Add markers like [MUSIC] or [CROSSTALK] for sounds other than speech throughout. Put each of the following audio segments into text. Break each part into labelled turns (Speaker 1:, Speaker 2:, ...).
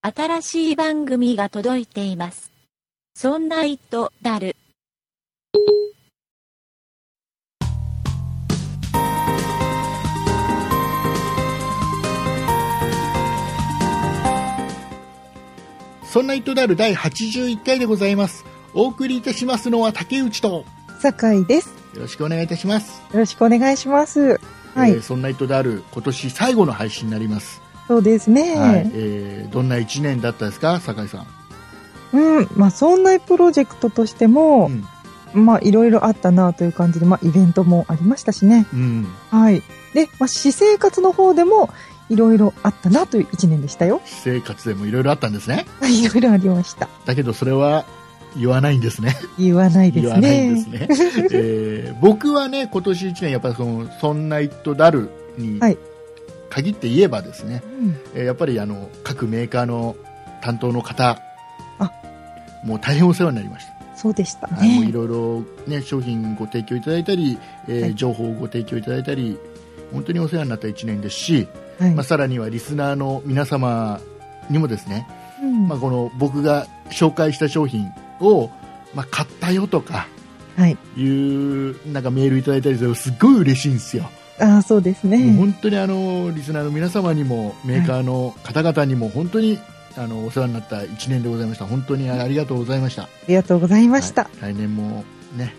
Speaker 1: 新しい番組が届いています。そんな糸だる。
Speaker 2: そんな糸である第81回でございます。お送りいたしますのは竹内と、よ
Speaker 3: 酒井です。
Speaker 2: ろしくお願いいたします。
Speaker 3: よろしくお願いします。はい、
Speaker 2: えーそんな糸である今年最後の配信になります。
Speaker 3: そうですね。
Speaker 2: はい。えーどんな1年だったですか、酒井さん。
Speaker 3: うん、まあ、そんなプロジェクトとしても、
Speaker 2: ん。
Speaker 3: まあ、いろいろあったなという感じで、まあ、イベントもありましたしね。
Speaker 2: うん。
Speaker 3: はい。で、まあ、私生活の方でも、いろいろあったなという一年でしたよ。 [LAUGHS]
Speaker 2: 私生活でもいろいろあったんですね。
Speaker 3: いろいろありました。
Speaker 2: だけどそれは言わないんですね。
Speaker 3: 言わないです
Speaker 2: 言
Speaker 3: ね。
Speaker 2: わないんですね。えー僕はね、今年1年、やっぱりその、そんな糸だるに
Speaker 3: はい
Speaker 2: 限って言えばですね、
Speaker 3: うん
Speaker 2: えーやっぱりあの各メーカーの担当の方
Speaker 3: あ
Speaker 2: もう大変お世話になりました、
Speaker 3: そうでした
Speaker 2: あのい
Speaker 3: ね。
Speaker 2: ろいろ、ね、商品ご提供いただいたり、えー
Speaker 3: はい
Speaker 2: 情報をご提供いただいたり本当にお世話になった1年ですし、
Speaker 3: はい
Speaker 2: まあ、さらにはリスナーの皆様にもですね、
Speaker 3: うん
Speaker 2: まあ、この僕が紹介した商品を、まあ、買ったよとか
Speaker 3: はい。
Speaker 2: いうなんかメールいただいたりするとすっごい嬉しいんですよ。
Speaker 3: ああ、そうです
Speaker 2: もう
Speaker 3: ね。
Speaker 2: 本当にあのリスナーの皆様にもメーカーの方々にも本当に、あのお世話になった1年でございました本当にありがとうございました
Speaker 3: ありがとうございました。
Speaker 2: はい来年もね、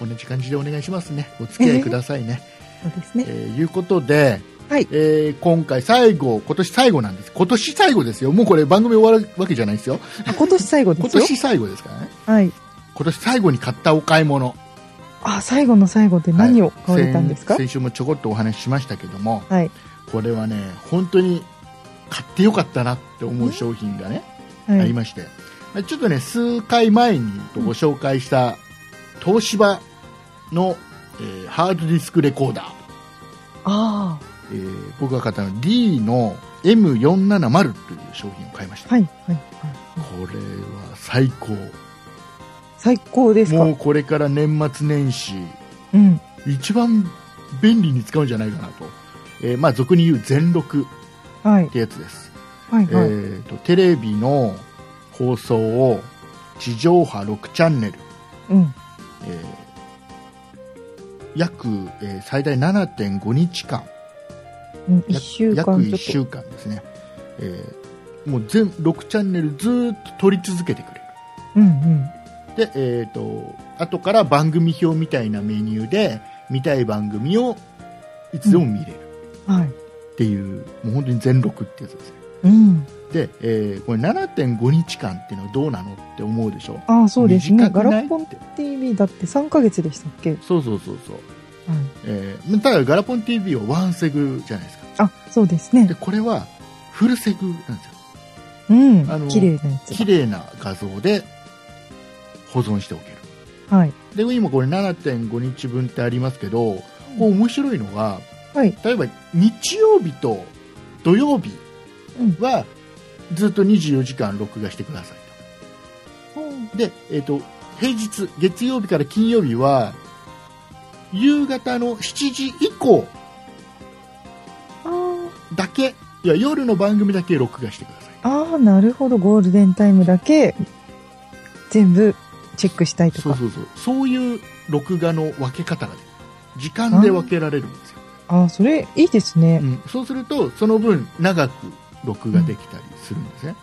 Speaker 3: う
Speaker 2: 同じ感じでお願いしますねお付き合いくださいね、
Speaker 3: そうです
Speaker 2: え
Speaker 3: ね。
Speaker 2: ーいうことで、
Speaker 3: はい
Speaker 2: えー今回最後今年最後なんです今年最後ですよもうこれ番組終わるわけじゃないですよ
Speaker 3: あ今年最後で
Speaker 2: 今
Speaker 3: すよ。
Speaker 2: 年最後ですからね
Speaker 3: はい。
Speaker 2: 今年最後に買ったお買い物
Speaker 3: あ、最後の最後で何を買われたんですか、
Speaker 2: はい先先週もちょこっとお話ししましたけども、
Speaker 3: はい
Speaker 2: これはね本当に買ってよかったなって思う商品がね、
Speaker 3: はい
Speaker 2: ありましてまあちょっとね数回前にご紹介した東芝の、えーハードディスクレコーダー、
Speaker 3: あ
Speaker 2: えー僕が買ったのは D の M470 という商品を買いまし
Speaker 3: あ、
Speaker 2: た、
Speaker 3: はい、はい、はい。
Speaker 2: これは最高
Speaker 3: 最高ですか
Speaker 2: もうこれから年末年始
Speaker 3: うん。
Speaker 2: 一番便利に使うんじゃないかなと、えーまあ俗に言う全録
Speaker 3: はい
Speaker 2: っ、てやつです、
Speaker 3: はい、
Speaker 2: え
Speaker 3: はい。
Speaker 2: ーとテレビの放送を地上波6チャンネル、
Speaker 3: うん。
Speaker 2: えー約、えー最大7.5日間
Speaker 3: うん、一
Speaker 2: 約
Speaker 3: 週間
Speaker 2: 約1
Speaker 3: ちょっ
Speaker 2: 週間ですね、えーもう全6チャンネルずーっと撮り続けてくれる
Speaker 3: と。うん、うん。
Speaker 2: で、えー、と後から番組表みたいなメニューで見たい番組をいつでも見れる
Speaker 3: はい。
Speaker 2: っていう、もう本当に全録ってやつですね
Speaker 3: うん。
Speaker 2: で、えーこれ7.5日間っていうのはどうなのって思うでしょ
Speaker 3: ああ、そうですね。
Speaker 2: 短
Speaker 3: ガ
Speaker 2: くな
Speaker 3: ラ
Speaker 2: い
Speaker 3: ポン TV だって3ヶ月でしたっけはい。
Speaker 2: そうそうそうそう、えーただガラポン TV はワンセグじゃないですか
Speaker 3: あ、そうです
Speaker 2: で
Speaker 3: ね。
Speaker 2: これはフルセグなんですよ
Speaker 3: うん
Speaker 2: あの。
Speaker 3: 綺麗なやつ
Speaker 2: 綺麗な画像で保存しておける
Speaker 3: だ。はい。
Speaker 2: で今これ7.5日分ってありますけどこう面白いのが
Speaker 3: はい。
Speaker 2: 例えば日曜日と土曜日はずっと24時間録画してくださいとで、えっと平日月曜日から金曜日は夕方の7時以降
Speaker 3: あー
Speaker 2: だけいや夜の番組だけ録画してください
Speaker 3: あー、なるほど。ゴールデンタイムだけ、全部チェックしたいと
Speaker 2: そう
Speaker 3: か。
Speaker 2: そうそうそういう録画の分け方ができる時間で分けられるんですよ、
Speaker 3: ああ、それ、いいですね
Speaker 2: う。ん、そうするとその分長く録画できたりするんですね、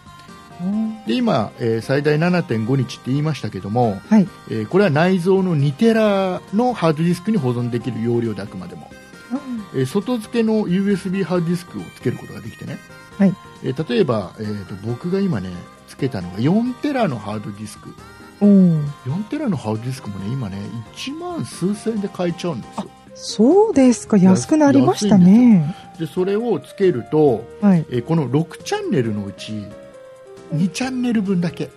Speaker 2: で今、えー最大7.5日って言いましたけども、
Speaker 3: はい。
Speaker 2: えーこれは内蔵の2テラのハードディスクに保存できる容量であくまでも
Speaker 3: うん
Speaker 2: えー外付けの USB ハードディスクをつけることができてね、
Speaker 3: はい
Speaker 2: えー例えば、えー、と僕が今ねつけたのが4テラのハードディスク
Speaker 3: おー
Speaker 2: 4テラのハードディスクもね今ね1万数千円で買えちゃうんですよ
Speaker 3: そうですか。安くなりましたね。
Speaker 2: でそれをつけると、
Speaker 3: はい。
Speaker 2: えーこの6チャンネルのうち2チャンネル分だけ、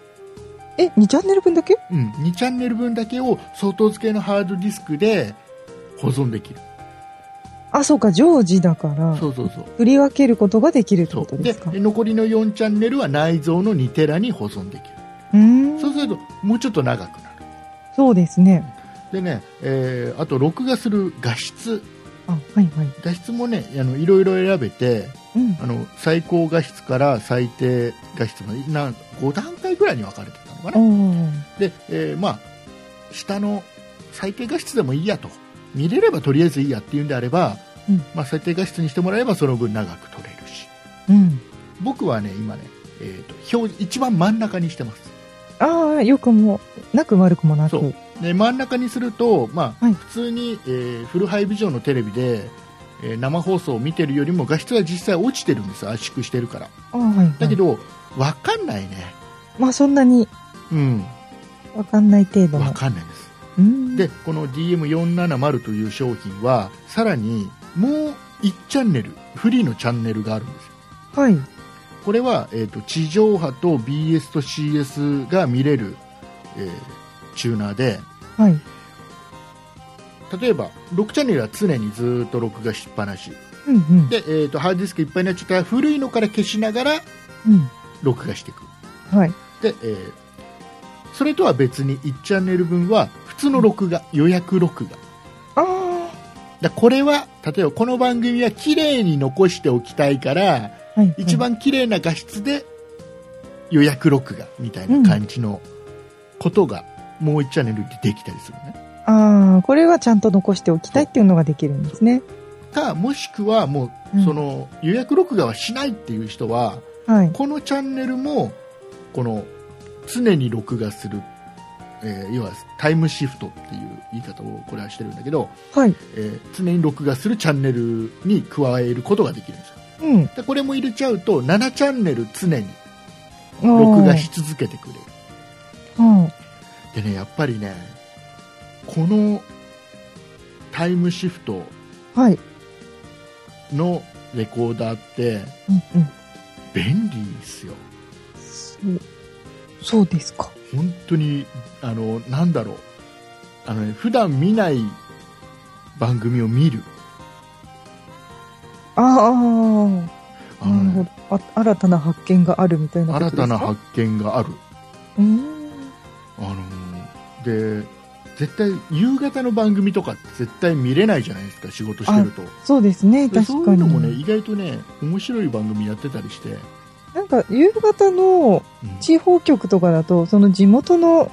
Speaker 3: え、2チャンネル分だけ
Speaker 2: うん、2チャンネル分だけを外付けのハードディスクで保存できる、
Speaker 3: あ、そうか、常時だから、
Speaker 2: そうそうそう
Speaker 3: 振り分けることができるってこ
Speaker 2: そ
Speaker 3: と
Speaker 2: う
Speaker 3: で
Speaker 2: です
Speaker 3: か。う
Speaker 2: 残りの4チャンネルは内蔵の2テラに保存できる
Speaker 3: ーん。
Speaker 2: そうするともうちょっと長くなる
Speaker 3: そうですね。
Speaker 2: でね、えーあと録画する画質
Speaker 3: あ、はいはい。
Speaker 2: 画質もねあのいろいろ選べて
Speaker 3: うん。
Speaker 2: あの最高画質から最低画質までな5段階ぐらいに分かれてたのかな、
Speaker 3: おー
Speaker 2: で、えーまあ下の最低画質でもいいやと見れればとりあえずいいやっていうんであれば、
Speaker 3: うん
Speaker 2: まあ、最低画質にしてもらえばその分長く撮れるし
Speaker 3: うん。
Speaker 2: 僕はね今ね、えー、と表一番真ん中にしてます
Speaker 3: ああ、よくも、なく悪くもなく。
Speaker 2: そううで真ん中にすると、まあ
Speaker 3: はい
Speaker 2: 普通に、えーフルハイビジョンのテレビで、えー生放送を見てるよりも画質は実際落ちてるんです圧縮してるから
Speaker 3: あーはい、はい。
Speaker 2: だけど、わかんないね
Speaker 3: まあそんなに
Speaker 2: うん
Speaker 3: わかんない程度
Speaker 2: わ
Speaker 3: の。
Speaker 2: かんないです
Speaker 3: うん。
Speaker 2: でこの DM470 という商品はさらにもう1チャンネルフリーのチャンネルがあるんですよ
Speaker 3: はい。
Speaker 2: これは、えー、と地上波と BS と CS が見れる、えーチューナーで
Speaker 3: はい。
Speaker 2: 例えば6チャンネルは常にずっと録画しっぱなし
Speaker 3: うんうん。
Speaker 2: で、えー、とハードディスクいっぱいになっちゃったら古いのから消しながら
Speaker 3: うん。
Speaker 2: 録画していく
Speaker 3: はい。
Speaker 2: で、えーそれとは別に1チャンネル分は普通の録画予約録画
Speaker 3: ああ。
Speaker 2: だこれは例えばこの番組は綺麗に残しておきたいから
Speaker 3: はい。はい
Speaker 2: 一。番綺麗な画質で予約録画みたいな感じのことがもう1チャンネルでできたりするね、
Speaker 3: ああ、これはちゃんと残しておきたいっていうのができるんですね。
Speaker 2: かもしくはも
Speaker 3: う
Speaker 2: うんその予約録画はしないっていう人は
Speaker 3: はい。
Speaker 2: このチャンネルもこの常に録画する、えー要はタイムシフトっていう言い方をこれはしてるんだけど、
Speaker 3: はい。
Speaker 2: えー常に録画するチャンネルに加えることができるんですよ
Speaker 3: うん。
Speaker 2: でこれも入れちゃうと7チャンネル常に
Speaker 3: 録
Speaker 2: 録画し続けてくれる
Speaker 3: は
Speaker 2: でねやっぱりねこのタイムシフト
Speaker 3: い。はい。
Speaker 2: のレコーダーって
Speaker 3: うんうん。
Speaker 2: 便利ですよ
Speaker 3: そう。そうですか。
Speaker 2: 本当にあのなんだろうあの、ね、普段見ない番組を見る
Speaker 3: ああ。
Speaker 2: あの
Speaker 3: なる
Speaker 2: ね、
Speaker 3: ほど。あ、新たな発見があるみたいなこ
Speaker 2: 新
Speaker 3: とですか。
Speaker 2: たな発見がある
Speaker 3: うん。
Speaker 2: あので絶対夕方の番組とかって絶対見れないじゃないですか仕事してると
Speaker 3: そうですね。
Speaker 2: でそ
Speaker 3: 確
Speaker 2: うい
Speaker 3: か
Speaker 2: う
Speaker 3: に。
Speaker 2: のもね意外とね面白い番組やってたりして、
Speaker 3: なんか、夕方の
Speaker 2: うん
Speaker 3: 地方局とかだと、その地元の、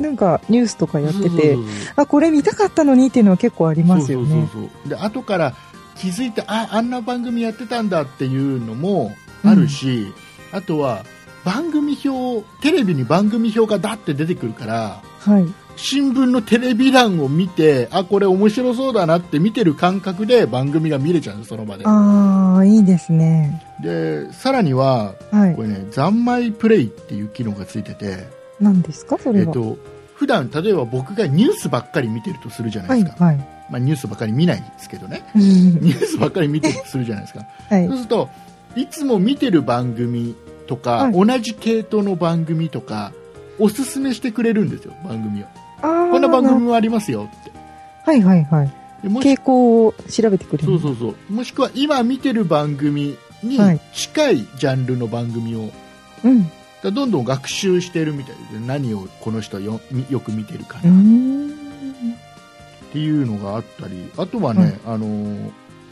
Speaker 3: なんか、ニュースとかやって
Speaker 2: そ
Speaker 3: て
Speaker 2: うそう、そうそう
Speaker 3: あ、これ見たかったのにっていうのは結構ありますよね。
Speaker 2: そうそうそうそうで後から気づいてああんな番組やってたんだっていうのもあるし、あとは番組表テレビに番組表がだって出てくるから
Speaker 3: はい。
Speaker 2: 新聞のテレビ欄を見てあこれ面白そうだなって見てる感覚で番組が見れちゃうのその場で
Speaker 3: ああ、いいですね。
Speaker 2: でさらには
Speaker 3: はい
Speaker 2: こ。れね三枚プレイっていう機能がついてて、
Speaker 3: 何ですかそ
Speaker 2: え
Speaker 3: れ
Speaker 2: っ
Speaker 3: は。
Speaker 2: と普段例えば僕がニュースばっかり見てるとするじゃな
Speaker 3: はいい、
Speaker 2: ですか、
Speaker 3: はい。
Speaker 2: まあ、ニュースばっかり見ないですけどね [LAUGHS]
Speaker 3: は
Speaker 2: ニュースばっかり見てるとするじゃないですか
Speaker 3: い
Speaker 2: そう。するといつも見てる番組とか、
Speaker 3: はい
Speaker 2: 同じ系統の番組とかおすすめしてくれるんですよ番組を
Speaker 3: ああ、
Speaker 2: こんな番組
Speaker 3: る
Speaker 2: もありますよって
Speaker 3: はいはいはい。
Speaker 2: でもし
Speaker 3: 傾向を調べてくれる。
Speaker 2: そうそうそうもしくは今見てる番組に
Speaker 3: はい
Speaker 2: 近いジャンルの番組を
Speaker 3: うん。う
Speaker 2: だどんどん学習してるみたいで何をこの人よみよく見てるか
Speaker 3: ー
Speaker 2: なっ
Speaker 3: ん。
Speaker 2: ていうのがあったりあとはね、あのー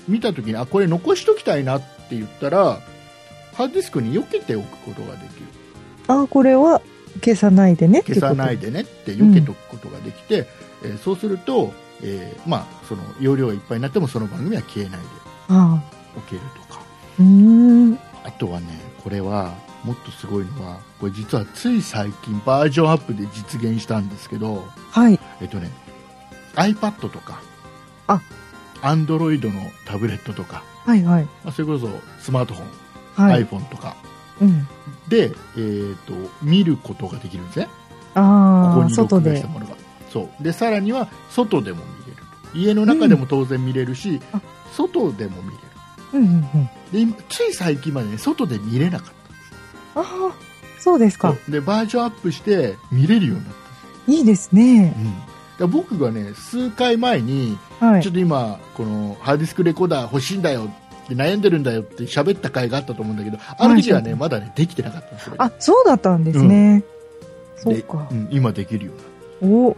Speaker 2: 見た時にあこれ残しときたいなって言ったらハードディスクに避けておくことができる
Speaker 3: ああ、これは消さないでねっていう
Speaker 2: 消
Speaker 3: こと。
Speaker 2: さないでねって避けとくことができて、えーそうすると、えーまあ、その容量がいっぱいになってもその番組は消えないで
Speaker 3: ああ。
Speaker 2: おけるとか
Speaker 3: うーん。
Speaker 2: あとはねこれはもっとすごいのはこれ実はつい最近バージョンアップで実現したんですけど、
Speaker 3: はい。
Speaker 2: えっとね、iPad とか
Speaker 3: あ
Speaker 2: Android のタブレットとか、
Speaker 3: はいはい。
Speaker 2: まあ、それこそスマートフォン、
Speaker 3: はい。
Speaker 2: iPhone とか
Speaker 3: うん。
Speaker 2: で、えー、と見ることができるんですねこ
Speaker 3: あ
Speaker 2: こ
Speaker 3: あ、
Speaker 2: に録
Speaker 3: 外
Speaker 2: 画し
Speaker 3: で
Speaker 2: た。ものがそうでさらには外でも見れると家の中でも当然見れるし、
Speaker 3: あ
Speaker 2: 外でも見れる
Speaker 3: うんうんうん。
Speaker 2: で今つい最近まで、ね、外で見れなかったんです
Speaker 3: ああ、そうですか。
Speaker 2: そうでバージョンアップして見れるようになっ
Speaker 3: いいですね
Speaker 2: た、。うん、だから僕がね数回前に
Speaker 3: は
Speaker 2: ちょ
Speaker 3: い。
Speaker 2: っと今このハードディスクレコーダー欲しいんだよって悩んでるんだよって喋った回があったと思うんだけどあの時はね、
Speaker 3: はい
Speaker 2: まだねできてなかったんですよ
Speaker 3: あ、そうだったんですね。そう
Speaker 2: で
Speaker 3: か
Speaker 2: う。ん、今できるようにな
Speaker 3: お、
Speaker 2: っ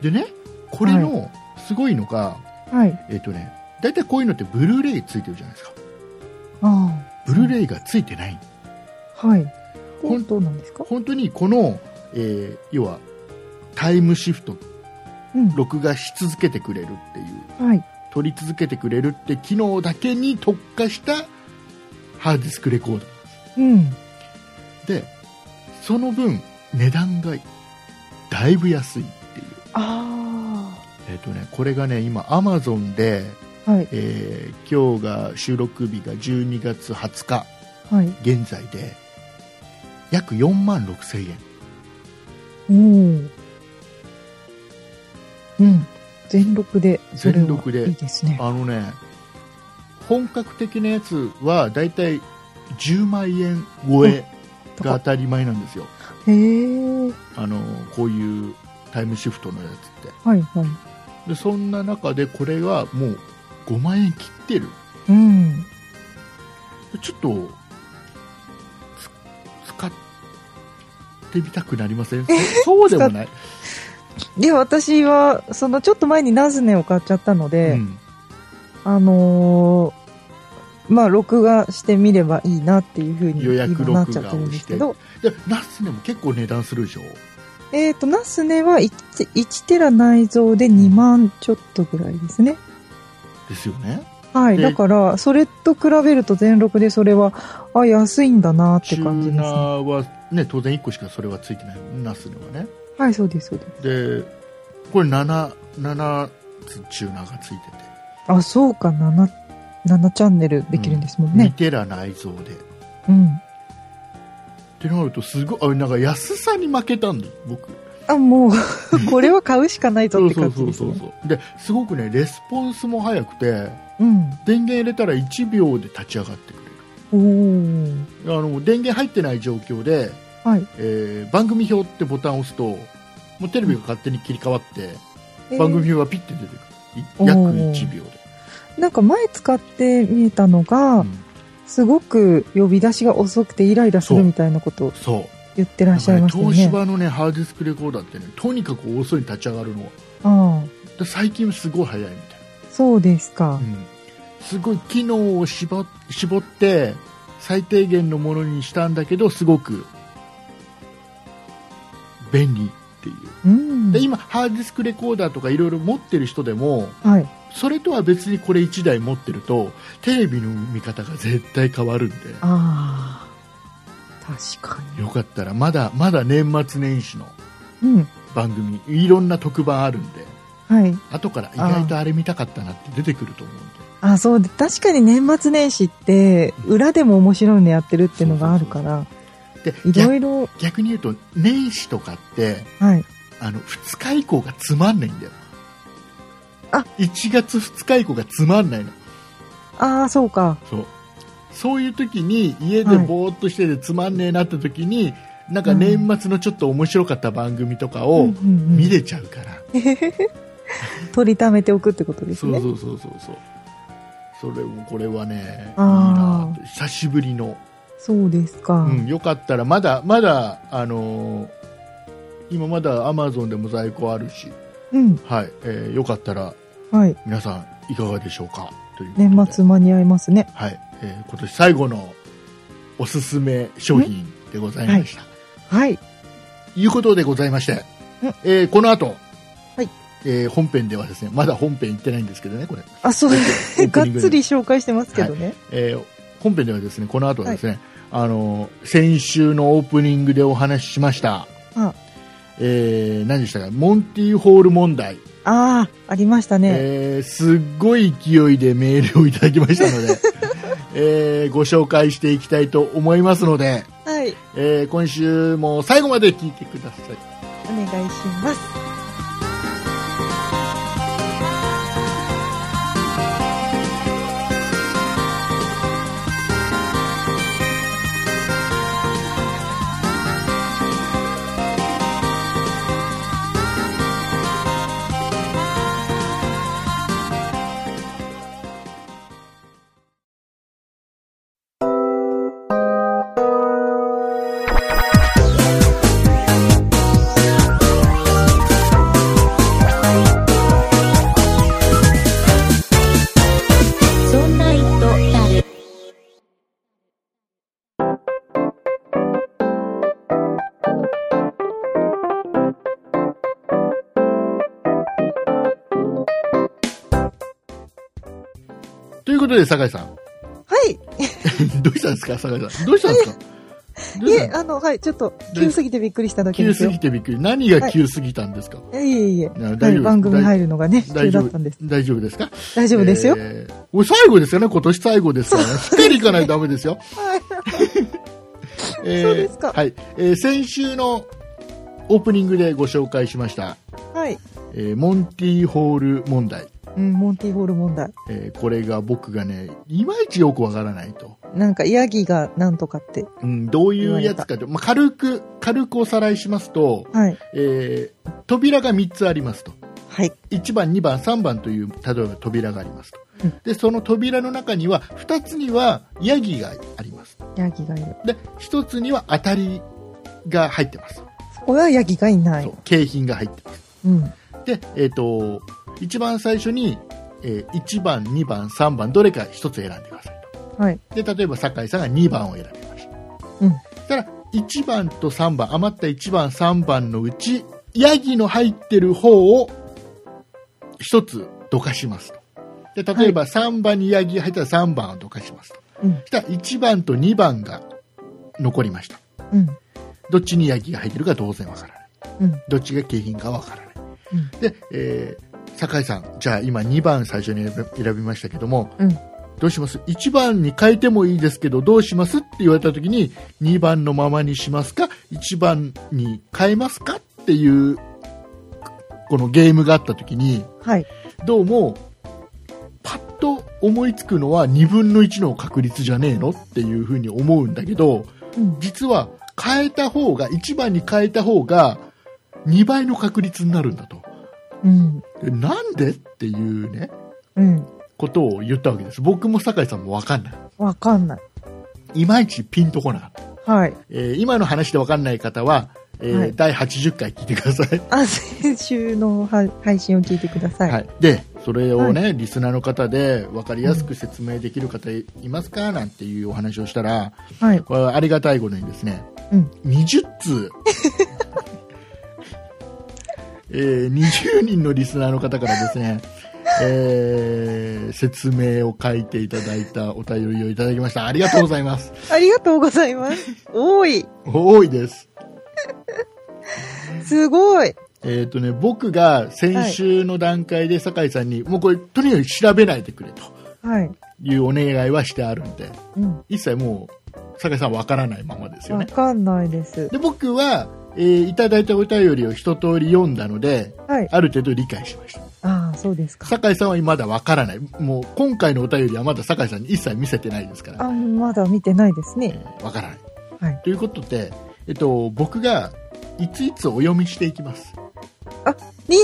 Speaker 2: たでねこれのすごいのが、
Speaker 3: はい。
Speaker 2: えっ、とね大体こういうのってブルーレイついてるじゃないですか
Speaker 3: あ
Speaker 2: ブルーレイがついてない
Speaker 3: あ。はい。
Speaker 2: ほん
Speaker 3: 本当なんですか
Speaker 2: 本当にこの、えー要はタイムシフト
Speaker 3: うん。
Speaker 2: 録画し続けてくれるっていう
Speaker 3: はい。
Speaker 2: 撮り続けてくれるって機能だけに特化したハードディスクレコーダ
Speaker 3: うん。
Speaker 2: ーでその分値段がだいぶ安いっていう
Speaker 3: あ
Speaker 2: えっ、とねこれがね今アマゾンで、
Speaker 3: あ。はい。
Speaker 2: えー今日が収録日が12月20日
Speaker 3: はい。
Speaker 2: 現在で約4万6000円
Speaker 3: おお。うん。全録で、それ
Speaker 2: 全録で
Speaker 3: はいいですね。
Speaker 2: あのね本格的なやつはだいたい10万円超え
Speaker 3: と
Speaker 2: が当
Speaker 3: か
Speaker 2: たり前なんですよ
Speaker 3: へえ。
Speaker 2: あのこういうタイムシフトのやつって
Speaker 3: はいはい。
Speaker 2: でそんな中でこれはもう5万円切ってる
Speaker 3: うん。
Speaker 2: ちょっとつ使ってみたくなりませんそそうでもない、
Speaker 3: で、私は、その、ちょっと前にナズネを買っちゃったので、
Speaker 2: うん
Speaker 3: あのーまあ、録画してみればいいなっていうふうに
Speaker 2: 予約
Speaker 3: 今なっちゃってるんですけど、
Speaker 2: でナスでも結構値段するでしょ
Speaker 3: えっ、と、ナスネは 1, 1テラ内蔵で2万ちょっとぐらいですね。
Speaker 2: ですよね
Speaker 3: はい。
Speaker 2: で
Speaker 3: だから、それと比べると全録でそれは、あ、安いんだなって
Speaker 2: チュ
Speaker 3: 感じ
Speaker 2: ー
Speaker 3: です、
Speaker 2: ナー
Speaker 3: ね。
Speaker 2: は、ね、当然1個しかそれはついてないナスではね
Speaker 3: はい、そうです、そうです。
Speaker 2: でこれ 7, 7つチューナーがついてて、
Speaker 3: あ、そうか、7、7チャンネルできるんですもん
Speaker 2: 2
Speaker 3: ね。
Speaker 2: テラ内蔵で
Speaker 3: うん。
Speaker 2: ってなるとすごいあなんか安さに負けたんだ僕
Speaker 3: あ、もう、 [LAUGHS] これは買うしかないぞって感じですね。
Speaker 2: そうですごくねレスポンスも早くて
Speaker 3: うん。
Speaker 2: 電源入れたら1秒で立ち上がってく
Speaker 3: おー。
Speaker 2: れるあの電源入ってない状況で、
Speaker 3: はい。
Speaker 2: えー番組表ってボタンを押すともうテレビが勝手に切り替わって、
Speaker 3: えー
Speaker 2: 番組表がピッて出てくるい
Speaker 3: おー
Speaker 2: 約1秒で、
Speaker 3: なんか前使って見えたのが、
Speaker 2: うん
Speaker 3: すごく呼び出しが遅くてイライラするみたいなことを
Speaker 2: そう
Speaker 3: 言ってらっしゃいましたよ
Speaker 2: 東
Speaker 3: ね。
Speaker 2: 芝のねハードディスクレコーダーってねとにかく遅いに立ち上がるの
Speaker 3: ああ、
Speaker 2: で最近すごい早いみたいな
Speaker 3: そうですか。
Speaker 2: すごい機能を絞絞って最低限のものにしたんだけどすごく便利っていう
Speaker 3: うん。
Speaker 2: で今ハードディスクレコーダーとかいろいろ持ってる人でも
Speaker 3: はい。
Speaker 2: それとは別にこれ1台持ってるとテレビの見方が絶対変わるんで
Speaker 3: ああ、確か
Speaker 2: よかったらまだまだ年末年始の
Speaker 3: に。うん。
Speaker 2: 番組いろんな特番あるんで
Speaker 3: はい。
Speaker 2: 後から意外とあれ見たかったなって出てくると思うんで
Speaker 3: あそうで、確かに年末年始って、裏でも面白いのやってるっていうのがあるから、
Speaker 2: で
Speaker 3: いろ
Speaker 2: 逆
Speaker 3: いろ、
Speaker 2: 逆に言うと年始とかって
Speaker 3: はい。
Speaker 2: あの2日以降がつまんないんだよ
Speaker 3: あ
Speaker 2: 1月2日以降がつまんないの
Speaker 3: ああ、そうか。
Speaker 2: そうそういう時に家でぼーっとしててつまんねえなって時に、なんか年末のちょっと面白かった番組とか
Speaker 3: うん
Speaker 2: を
Speaker 3: うんうん
Speaker 2: 見れちゃうから、
Speaker 3: 取りためておくってことですね。
Speaker 2: そうそうそうそうそうそれもこれはねいい
Speaker 3: あ
Speaker 2: な
Speaker 3: ー
Speaker 2: って久しぶりの、
Speaker 3: そうですか。
Speaker 2: うん、よかったらまだまだあのー今まだアマゾンでも在庫あるし、
Speaker 3: うん。
Speaker 2: はいえーよかったら
Speaker 3: はい。
Speaker 2: 皆さんいかがでしょうかということで
Speaker 3: 年末間に合いますね。
Speaker 2: はい、えー今年最後のおすすめ商品でございました。
Speaker 3: はい。
Speaker 2: ということでございまして
Speaker 3: うん、
Speaker 2: えーこの後、
Speaker 3: はい
Speaker 2: えー本編ではですね、まだ本編行ってないんですけどね、これ。
Speaker 3: あ、そう
Speaker 2: オープニング
Speaker 3: [LAUGHS] がっつり紹介してますけどね。
Speaker 2: えー本編ではですね、この後はですね、あのー、先週のオープニングでお話ししました、
Speaker 3: うん
Speaker 2: えー何でしたか、モンティーホール問題、
Speaker 3: ああ、ありましたね。
Speaker 2: えーすっごい勢いでメールをいただきましたので、 [LAUGHS] えーご紹介していきたいと思いますので、
Speaker 3: はい。
Speaker 2: えー今週も最後まで聞いてください。
Speaker 3: お願いします。
Speaker 4: 「
Speaker 2: ことで、酒井さん。 [LAUGHS]
Speaker 3: はい。
Speaker 2: どうしたんですか、酒井さん。どうしたんですかどう
Speaker 3: い
Speaker 2: したん
Speaker 3: え
Speaker 2: で、すか
Speaker 3: あの、はい、ちょっと、急すぎてびっくりしただけで
Speaker 2: 急
Speaker 3: す
Speaker 2: す
Speaker 3: よ。
Speaker 2: ぎてびっくり。何が急すぎたんですか、
Speaker 3: いえいえいえ。
Speaker 2: いや
Speaker 3: は
Speaker 2: 大
Speaker 3: い、
Speaker 2: 丈夫
Speaker 3: 番組入るのがね、
Speaker 2: 大
Speaker 3: 急
Speaker 2: 丈
Speaker 3: だった
Speaker 2: 夫
Speaker 3: んです。
Speaker 2: 大丈夫ですか
Speaker 3: 大丈夫ですよ。
Speaker 2: えーお最後ですよね、今年最後ですからね。しっかりいかないとダメですよ。
Speaker 3: はい
Speaker 2: えー
Speaker 3: そうですか
Speaker 2: はい。えー先週のオープニングでご紹介しました、
Speaker 3: はい。
Speaker 2: えーモンティーホール問題。
Speaker 3: うん、モンティホール問題。
Speaker 2: えーこれが僕がね、いまいちよくわからないと。
Speaker 3: なんか、ヤギがなんとかって。
Speaker 2: うん、どういうやつかと。まあ、軽く、軽くおさらいしますと、
Speaker 3: はい。
Speaker 2: えー扉が3つありますと。
Speaker 3: はい。
Speaker 2: 1番、2番、3番という、例えば扉がありますと
Speaker 3: うん。
Speaker 2: で、その扉の中には、2つにはヤギがあります。
Speaker 3: ヤギがいる。
Speaker 2: で、1つには当たりが入ってます。
Speaker 3: そこはヤギがいない
Speaker 2: そう。景品が入ってます。
Speaker 3: うん。
Speaker 2: で、えっ、と、一番最初に、え1番、2番、3番、どれか1つ選んでください
Speaker 3: はい。
Speaker 2: と。で、例えば酒井さんが2番を選びました。
Speaker 3: うん
Speaker 2: そしたら、1番と3番、余った1番、3番のうち、ヤギの入ってる方を1つどかしますと。で、例えば3番にヤギが入ったら3番をどかしますと。
Speaker 3: うん
Speaker 2: そしたら1番と2番が残りました。
Speaker 3: うん。
Speaker 2: どっちにヤギが入ってるか当然わからない。
Speaker 3: うん。
Speaker 2: どっちが景品かわからない。
Speaker 3: うん
Speaker 2: で、えー酒井さん、じゃあ今2番最初に選び選びましたけども、
Speaker 3: うん
Speaker 2: どうします ?1 番に変えてもいいですけど、どうしますって言われた時に、2番のままにしますか ?1 番に変えますかっていう、このゲームがあった時に、
Speaker 3: はい。
Speaker 2: どうも、パッと思いつくのは2分の1の確率じゃねえのっていうふうに思うんだけど、
Speaker 3: うん。
Speaker 2: 実は変えた方が、1番に変えた方が、2倍の確率になるんだと。
Speaker 3: うん。
Speaker 2: えなんでっていうね、
Speaker 3: うん。
Speaker 2: ことを言ったわけです。僕も酒井さんもわかんない。
Speaker 3: わかんない。
Speaker 2: いまいちピンとこなかった。
Speaker 3: はい。
Speaker 2: えー今の話でわかんない方は、えー
Speaker 3: はい
Speaker 2: 第80回聞いてください。
Speaker 3: あ、 [LAUGHS] 先週のは配信を聞いてください。
Speaker 2: はい、でそれをね、リスナーの方で分かりやすく説明できる方いますかなんていうお話をしたら
Speaker 3: はい。
Speaker 2: これはありがたいことにですね
Speaker 3: うん。
Speaker 2: 20通、えー20人のリスナーの方からですね、えー説明を書いていただいたお便りをいただきましたありがとうございます
Speaker 3: ありがとうございます。多い。
Speaker 2: [LAUGHS] 多いです
Speaker 3: すごい。
Speaker 2: えっ、とね僕が先週の段階で酒井さんに、もうこれとにかく調べないでくれと
Speaker 3: はい。
Speaker 2: いうお願いはしてあるんで
Speaker 3: うん。
Speaker 2: 一切もう酒井さんわからないままですよ
Speaker 3: わ
Speaker 2: ね
Speaker 3: かんないです。
Speaker 2: で僕は、えーいただいたお便りを一通り読んだので
Speaker 3: はい。
Speaker 2: ある程度理解しました
Speaker 3: ああ、そうですか。
Speaker 2: 酒井さんはまだわからないもう今回のお便りはまだ酒井さんに一切見せてないですから
Speaker 3: あ
Speaker 2: わ、
Speaker 3: まだ見てないです
Speaker 2: え
Speaker 3: ね。
Speaker 2: ーわからない
Speaker 3: はい。
Speaker 2: ということで、えっと、僕がいついつお読みしていきます
Speaker 3: に、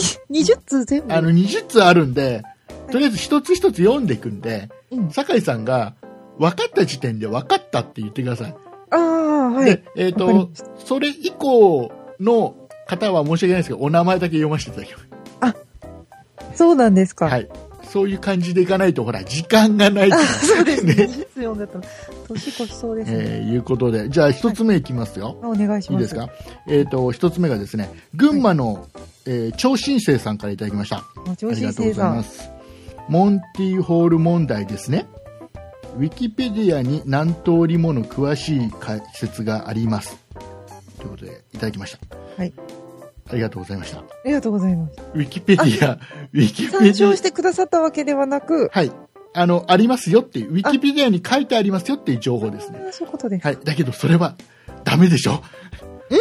Speaker 3: 20通全部
Speaker 2: あの20通あるんでとりあえず一つ一つ読んでいくんで
Speaker 3: うん
Speaker 2: 酒井さんが分かった時点で分かったって言ってください
Speaker 3: ああ、はい
Speaker 2: で。、えっ、
Speaker 3: わかり
Speaker 2: と
Speaker 3: まし、
Speaker 2: それ以降の方は申し訳ないですけど、お名前だけ読ませていただきます。
Speaker 3: そうなんですか。
Speaker 2: はい。そういう感じでいかないと、ほら、時間がないか
Speaker 3: あ
Speaker 2: ら。
Speaker 3: [LAUGHS] そうです
Speaker 2: [LAUGHS]
Speaker 3: ね。
Speaker 2: ね
Speaker 3: 20通読んだったら、年越しそうですね。
Speaker 2: えーいうことで、じゃあ一つ目いきますよ。
Speaker 3: あお願いし
Speaker 2: いい
Speaker 3: ます。
Speaker 2: ですかえっ、と、一つ目がですね、群馬の、えー、超新星さんからいただきました。
Speaker 3: あ上
Speaker 2: あり
Speaker 3: 新
Speaker 2: がとうご
Speaker 3: 生
Speaker 2: ざいま
Speaker 3: 産。
Speaker 2: す。モンティホール問題ですね。ウィキペディアに何通りもの詳しい解説があります。ということで、いただきました。
Speaker 3: はい。
Speaker 2: ありがとうございました。
Speaker 3: ありがとうございます。
Speaker 2: ウィキペデ
Speaker 3: [LAUGHS]
Speaker 2: ィア、ウィキペデ
Speaker 3: 参照し
Speaker 2: ィ
Speaker 3: てくださったわけではなく、
Speaker 2: ア、はい。あの、ありますよっていう、ウィキペディアに書いてありますよっていう情報ですね。
Speaker 3: あそういうことです。
Speaker 2: はい。だけど、それは、ダメでしょ。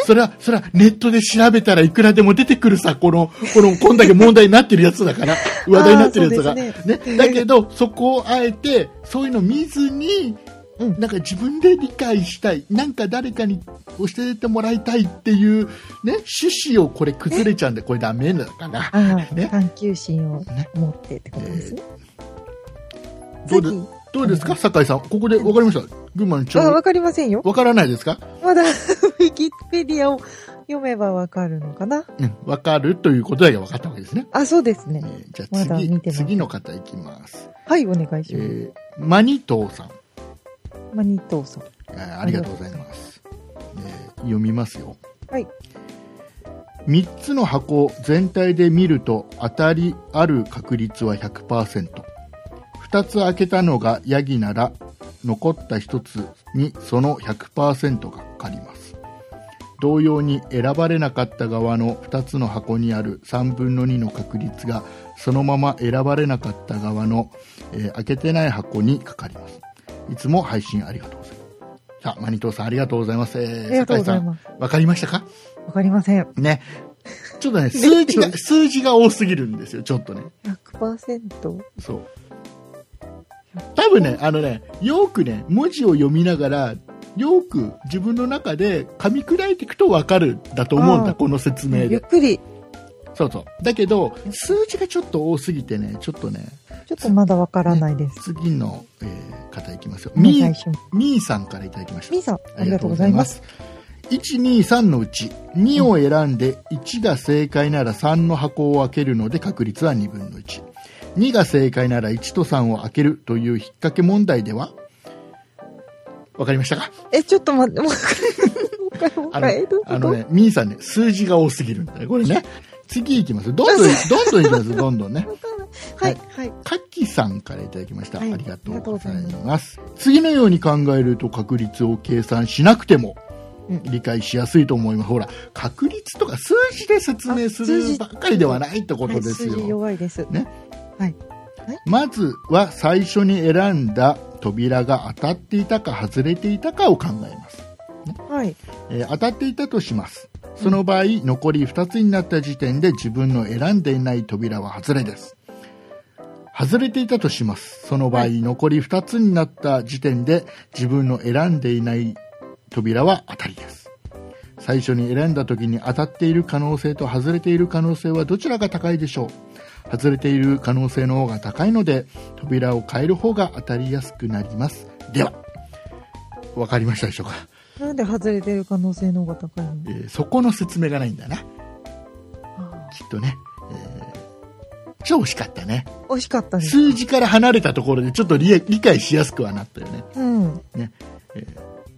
Speaker 2: それは、それはネットで調べたらいくらでも出てくるさ、この、この、こんだけ問題になってるやつだ
Speaker 3: [LAUGHS]
Speaker 2: から、話題になってるやつが。
Speaker 3: そうで
Speaker 2: ね
Speaker 3: す
Speaker 2: だけど、そこをあえて、そういうの見ずに、
Speaker 3: うん
Speaker 2: なんか自分で理解したい、なんか誰かに教えてもらいたいっていう、ね、趣旨をこれ崩れちゃうんで、これダメだから。
Speaker 3: ああ、
Speaker 2: ね
Speaker 3: 探求心を持ってってことですね。
Speaker 2: どうで
Speaker 3: さっ
Speaker 2: どうですか、酒井さん。ここで分かりました。群馬の
Speaker 3: き
Speaker 2: 超
Speaker 3: あ、わかりませんよ。
Speaker 2: 分からないですか
Speaker 3: まだ [LAUGHS] 、ウィキペディアを読めばわかるのかな。
Speaker 2: うん。分かるということだけ分かったわけですね。
Speaker 3: あ、そうです
Speaker 2: え
Speaker 3: ね。
Speaker 2: ーじゃ
Speaker 3: ま
Speaker 2: あ
Speaker 3: だ
Speaker 2: 次、
Speaker 3: 見てます
Speaker 2: 次の方いきます。
Speaker 3: はい、お願いし
Speaker 2: え
Speaker 3: ます。
Speaker 2: ーマニトーさん。
Speaker 3: マニトーソン。
Speaker 2: えーありがとうございます。えー読みますよ。
Speaker 3: はい。
Speaker 2: 3つの箱全体で見ると当たりある確率は100%。 2つ開けたのがヤギなら残った1つにその100%がかかります同様に選ばれなかった側の2つの箱にある3分の2の確率がそのまま選ばれなかった側の、えー開けてない箱にかかりますいつも配信ありがとうございますさあマニトーさんありがとうございます、えー
Speaker 3: ありがとうござい
Speaker 2: 酒井
Speaker 3: ます。
Speaker 2: さんわかりましたか
Speaker 3: わかりません。
Speaker 2: ねちょっと
Speaker 3: [LAUGHS]
Speaker 2: ね数字が数字が多すぎるんですよちょっとね
Speaker 3: 100%?
Speaker 2: そう。多分ね、あのね、よくね、文字を読みながら、よく自分の中で噛み砕いていくと分かるんだと思うん
Speaker 3: あ
Speaker 2: だ、
Speaker 3: ー
Speaker 2: この説明
Speaker 3: ゆっ
Speaker 2: で。
Speaker 3: くり、
Speaker 2: そうそう。だけど、数字がちょっと多すぎてね、ちょっとね、
Speaker 3: ちょっとまだわからないです。
Speaker 2: 次の、えー方いきますよ。
Speaker 3: お願
Speaker 2: み
Speaker 3: い
Speaker 2: ー、
Speaker 3: します。
Speaker 2: みーさんからいただきました
Speaker 3: み。ーさん、ありがとうございます。。
Speaker 2: 123のうち2を選んで1が正解なら3の箱を開けるので確率は2分の12が正解なら1と3を開けるという引っ掛け問題ではわかりましたか
Speaker 3: え、ちょっと待って、もう一回、もう
Speaker 2: あの
Speaker 3: 一回、どういうこと
Speaker 2: あのね、みーさんね、数字が多すぎるんだよ。これね。次いきます。どん
Speaker 3: [LAUGHS]
Speaker 2: どん、どんどんいきます。どんどんね。
Speaker 3: わからないはい、はい。
Speaker 2: かきさんからいただきました、
Speaker 3: はい
Speaker 2: ありがとうござい
Speaker 3: ありがとう
Speaker 2: ます次のように考えると確率を計算しなくても
Speaker 3: うん
Speaker 2: 理解しやすいと思います、ほら確率とか数字で説明す
Speaker 3: あ数
Speaker 2: る
Speaker 3: 字
Speaker 2: ばっかりではないってことです
Speaker 3: はい数字
Speaker 2: よ
Speaker 3: 弱いです。
Speaker 2: ね
Speaker 3: はい。
Speaker 2: まずは最初に選んだ扉が当たっていたか外れていたかを考えます、
Speaker 3: はい。
Speaker 2: えー当たっていたとしますその場合残り2つになった時点で自分の選んでいない扉は外れです外れていたとしますその場合、
Speaker 3: はい
Speaker 2: 残り2つになった時点で自分の選んでいない扉は当たりです最初に選んだ時に当たっている可能性と外れている可能性はどちらが高いでしょう外れている可能性の方が高いので扉を変える方が当たりやすくなりますでは分かりましたでしょうか
Speaker 3: なんで外れてる可能性の方が高いの
Speaker 2: えーそこの説明がないんだな
Speaker 3: あ
Speaker 2: きっとね、えーちょっと惜しかったね
Speaker 3: ー惜しかったです。
Speaker 2: 数字から離れたところでちょっと理理解しやすくはなったよね
Speaker 3: うん。は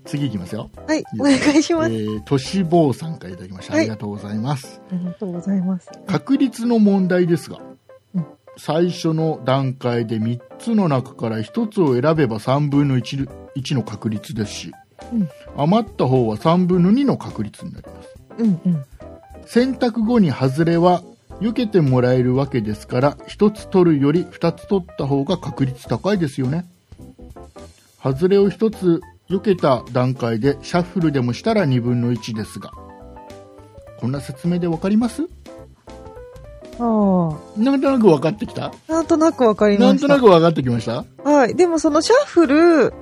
Speaker 2: 次いきますよ、
Speaker 3: い、お願いし
Speaker 2: え
Speaker 3: ます。
Speaker 2: ー、都市坊さんからいただきました、
Speaker 3: はい
Speaker 2: ありがとうございます
Speaker 3: ありがとうございます。
Speaker 2: 確率の問題ですが、
Speaker 3: うん
Speaker 2: 最初の段階で3つの中から1つを選べば3分の 1, 1の確率ですし、
Speaker 3: うん
Speaker 2: 余った方は3分の2の確率になります
Speaker 3: うんうん。
Speaker 2: 選択後に外れは避けてもらえるわけですから1つ取るより2つ取った方が確率高いですよね外れを1つ避けた段階でシャッフルでもしたら2分の1ですがこんな説明で分かります
Speaker 3: あ
Speaker 2: なんとなく分かってきた
Speaker 3: あ、なんとなくわかり
Speaker 2: な
Speaker 3: ま
Speaker 2: ん
Speaker 3: した。
Speaker 2: となく分かってきました、
Speaker 3: はい。でもそのシャッフル
Speaker 2: うん、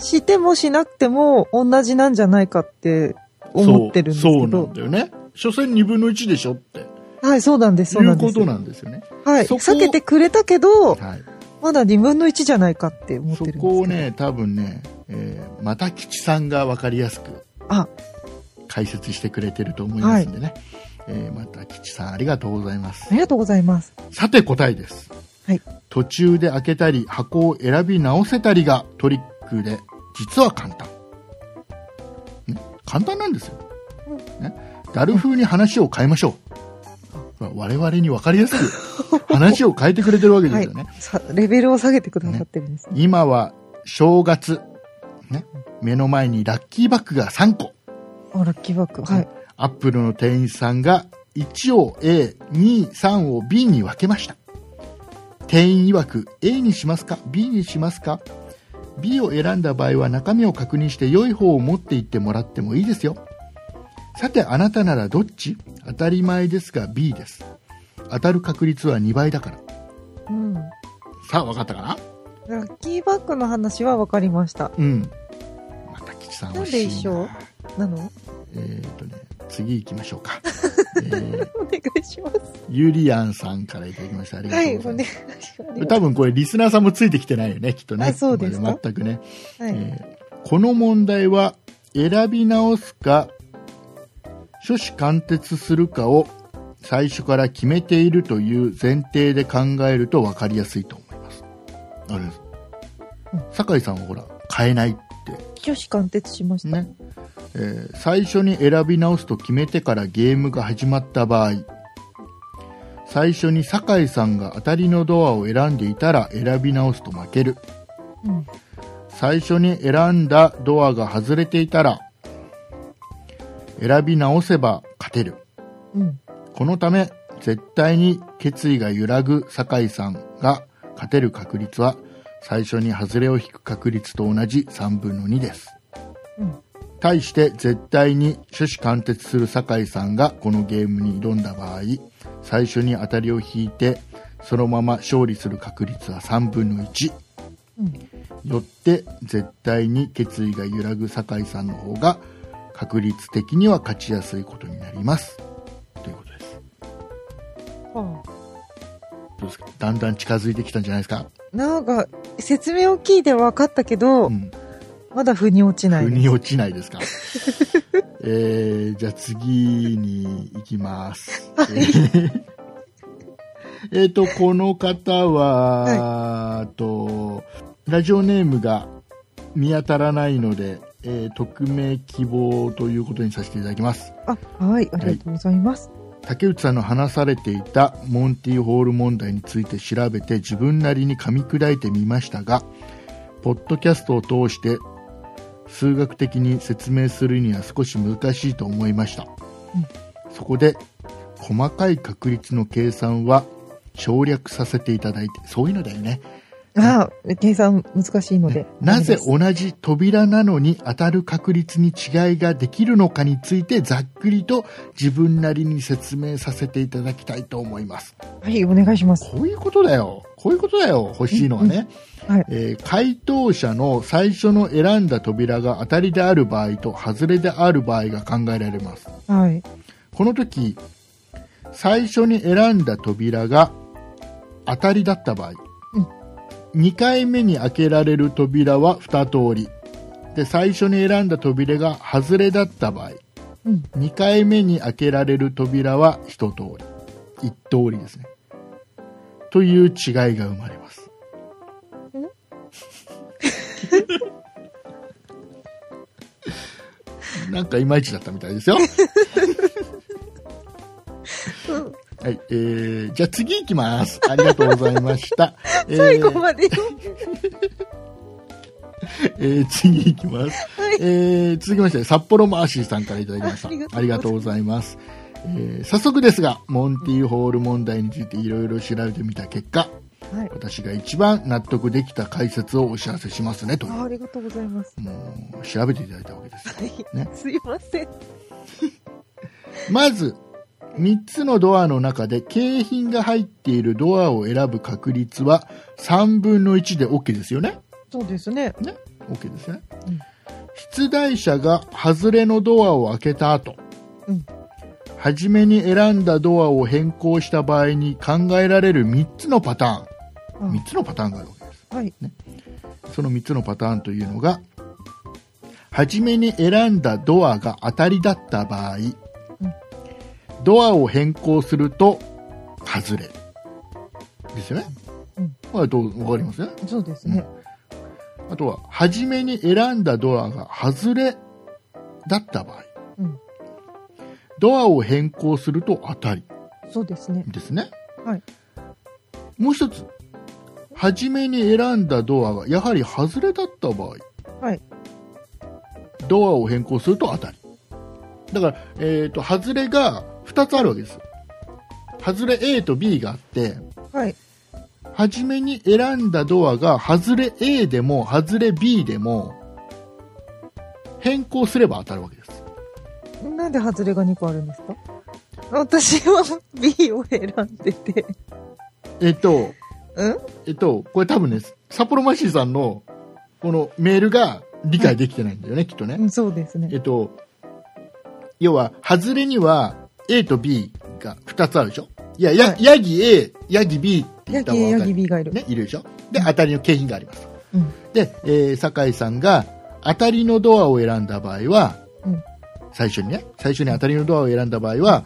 Speaker 3: してもしなくても同じなんじゃないかって思ってるんです
Speaker 2: そうそう
Speaker 3: け
Speaker 2: な
Speaker 3: ど
Speaker 2: ん。だよね所詮2分の1でしょって
Speaker 3: はい、そうなんです、そう
Speaker 2: い
Speaker 3: な
Speaker 2: うん
Speaker 3: で
Speaker 2: こ
Speaker 3: す。
Speaker 2: となんですよね、
Speaker 3: はい。
Speaker 2: そこ
Speaker 3: 避けてくれたけど、
Speaker 2: はい、
Speaker 3: まだ2分の1じゃないかって思っ
Speaker 2: そ
Speaker 3: てるんですけど。
Speaker 2: こをね多分ね、えー、また吉さんが分かりやすく
Speaker 3: あ、
Speaker 2: 解説してくれてると思いますんでね、えーまた吉さんありがとうございます
Speaker 3: ありがとうございます。
Speaker 2: さて答えです、
Speaker 3: はい
Speaker 2: 途中で開けたり箱を選び直せたりがトリックで実は簡単、ね、簡単なんですよ、ね、ダル風に話を変えましょう、我々に分かりやすく話を変えてくれてるわけです
Speaker 3: は
Speaker 2: よ
Speaker 3: い
Speaker 2: ね、。
Speaker 3: さレベルを下げてくださってるんですね。
Speaker 2: 今は正月、ね、目の前にラッキーバッグが3個
Speaker 3: あ、ラッキーバッグ。はい。
Speaker 2: アップルの店員さんが1を A、2、3を B に分けました。店員曰く A にしますか ?B にしますか ?B を選んだ場合は中身を確認して良い方を持って行ってもらってもいいですよ。さてあなたならどっち当たり前ですが B です。当たる確率は2倍だから。
Speaker 3: うん。ラ
Speaker 2: さあ分かったかな
Speaker 3: ッキーバッグの話は分かりました。
Speaker 2: うん。また吉さん惜しい
Speaker 3: なんで一緒なの
Speaker 2: えーっとね、次行きましょうか。えー
Speaker 3: お願いします。
Speaker 2: ゆりやんさんからいただきました。ありが
Speaker 3: は
Speaker 2: とう
Speaker 3: い、お
Speaker 2: ござい
Speaker 3: 願
Speaker 2: ま
Speaker 3: い
Speaker 2: す。
Speaker 3: します。
Speaker 2: 多分これリスナーさんもついてきてないよね、きっとね。
Speaker 3: あそうですか
Speaker 2: これ全くね、
Speaker 3: はい。
Speaker 2: えーこの問題は選び直すか、初子貫徹するかを最初から決めているという前提で考えると分かりやすいと思います。あれです
Speaker 3: うん。
Speaker 2: 酒井さんはほら、変えないって
Speaker 3: 挙手貫徹しました。
Speaker 2: ね、えー最初に選び直すと決めてからゲームが始まった場合最初に酒井さんが当たりのドアを選んでいたら選び直すと負ける
Speaker 3: うん。
Speaker 2: 最初に選んだドアが外れていたら選び直せば勝てる
Speaker 3: うん。
Speaker 2: このため絶対に決意が揺らぐ酒井さんが勝てる確率は最初に外れを引く確率と同じ3分の2です、
Speaker 3: うん
Speaker 2: 対して絶対に趣旨貫徹する酒井さんがこのゲームに挑んだ場合最初に当たりを引いてそのまま勝利する確率は3分の1
Speaker 3: うん。
Speaker 2: よって絶対に決意が揺らぐ酒井さんの方が確率的には勝ちやすいことになりますということです
Speaker 3: は
Speaker 2: どうですかだんだん近づいてきたんじゃないですか、
Speaker 3: あ、なんか、説明を聞いて分かったけど、
Speaker 2: うん、
Speaker 3: まだ腑に落ちない
Speaker 2: 腑
Speaker 3: です。
Speaker 2: に落ちないですか [LAUGHS] えー、じゃあ次に行き
Speaker 3: [LAUGHS]
Speaker 2: ます。えー [LAUGHS] えーと、この方は、あと、ラジオネームが見当たらないので、えー匿名希望ということにさせていただきます。
Speaker 3: あ、はい、ありがとうございます。
Speaker 2: 竹内さんの話されていたモンティホール問題について調べて自分なりに噛み砕いてみましたがポッドキャストを通して数学的に説明するには少し難しいと思いました、そこで細かい確率の計算は省略させていただいてそういうのだよね
Speaker 3: ああ、計算難しいので。
Speaker 2: なぜ
Speaker 3: ダメです
Speaker 2: 同じ扉なのに当たる確率に違いができるのかについてざっくりと自分なりに説明させていただきたいと思います
Speaker 3: はい、お願いします。
Speaker 2: こういうことだよ。こういうことだよ。欲しいのはね。
Speaker 3: はい。
Speaker 2: えー回答者の最初の選んだ扉が当たりである場合と外れである場合が考えられます。
Speaker 3: はい。
Speaker 2: この時、最初に選んだ扉が当たりだった場合、2回目に開けられる扉は2通り。で、最初に選んだ扉が外れだった場合、
Speaker 3: うん。
Speaker 2: 2回目に開けられる扉は1通り1通りですねという違いが生まれます [LAUGHS] なんかいまいちだったみたいですよはい、えー、じゃあ次行きますありがとうございま
Speaker 3: [LAUGHS]
Speaker 2: した、えー
Speaker 3: 最後まで。
Speaker 2: えー次行きます、
Speaker 3: はい
Speaker 2: えー続きまして札幌マーシーさんからいただきました
Speaker 3: あありがとうございます
Speaker 2: ありがとうございます、えー早速ですがモンティホール問題についていろいろ調べてみた結果
Speaker 3: はい。
Speaker 2: 私が一番納得できた解説をお知らせしますねとい
Speaker 3: ああありがとうございます。
Speaker 2: うもう調べていただいたわけですよ
Speaker 3: はい。
Speaker 2: ね
Speaker 3: すいません。
Speaker 2: まず3つのドアの中で景品が入っているドアを選ぶ確率は3分の1で OK ですよね
Speaker 3: そうですね。
Speaker 2: ね OK ですね、
Speaker 3: うん
Speaker 2: 出題者が外れのドアを開けた後、
Speaker 3: うん
Speaker 2: 初めに選んだドアを変更した場合に考えられる3つのパターン3つのパターンがあるわけです
Speaker 3: あはい。
Speaker 2: その3つのパターンというのが初めに選んだドアが当たりだった場合、ドアを変更すると外れですよね、
Speaker 3: うん
Speaker 2: これはどう分かりますね
Speaker 3: そうですね。
Speaker 2: あとは、初めに選んだドアが外れだった場合、
Speaker 3: うん。
Speaker 2: ドアを変更すると当たり
Speaker 3: そうですね。
Speaker 2: ですね。
Speaker 3: はい。
Speaker 2: もう一つ、初めに選んだドアがやはり外れだった場合、
Speaker 3: はい。
Speaker 2: ドアを変更すると当たり。だから、えっ、と、外れが2つあるわけです。外れ A と B があって、
Speaker 3: はい。
Speaker 2: 初めに選んだドアが外れ A でも外れ B でも変更すれば当たるわけです
Speaker 3: なんで外れが2個あるんですか私は B を選んでて。
Speaker 2: えっと
Speaker 3: うん
Speaker 2: えっとこれ多分ね札幌マシーさんのこのメールが理解できてないんだよね、きっとね、
Speaker 3: うんそうです
Speaker 2: え
Speaker 3: ね。
Speaker 2: っと要は外れには A と B が2つあるでしょいやや、
Speaker 3: はい
Speaker 2: ヤギ A ヤギ B って言
Speaker 3: ヤ
Speaker 2: った方が
Speaker 3: ギ、
Speaker 2: 分
Speaker 3: ヤ
Speaker 2: か
Speaker 3: ギ
Speaker 2: る、
Speaker 3: B がいる。
Speaker 2: ね、いるでしょで当たりの景品があります
Speaker 3: うん。
Speaker 2: で、えー酒井さんが当たりのドアを選んだ場合は、
Speaker 3: うん
Speaker 2: 最初にね最初に当たりのドアを選んだ場合は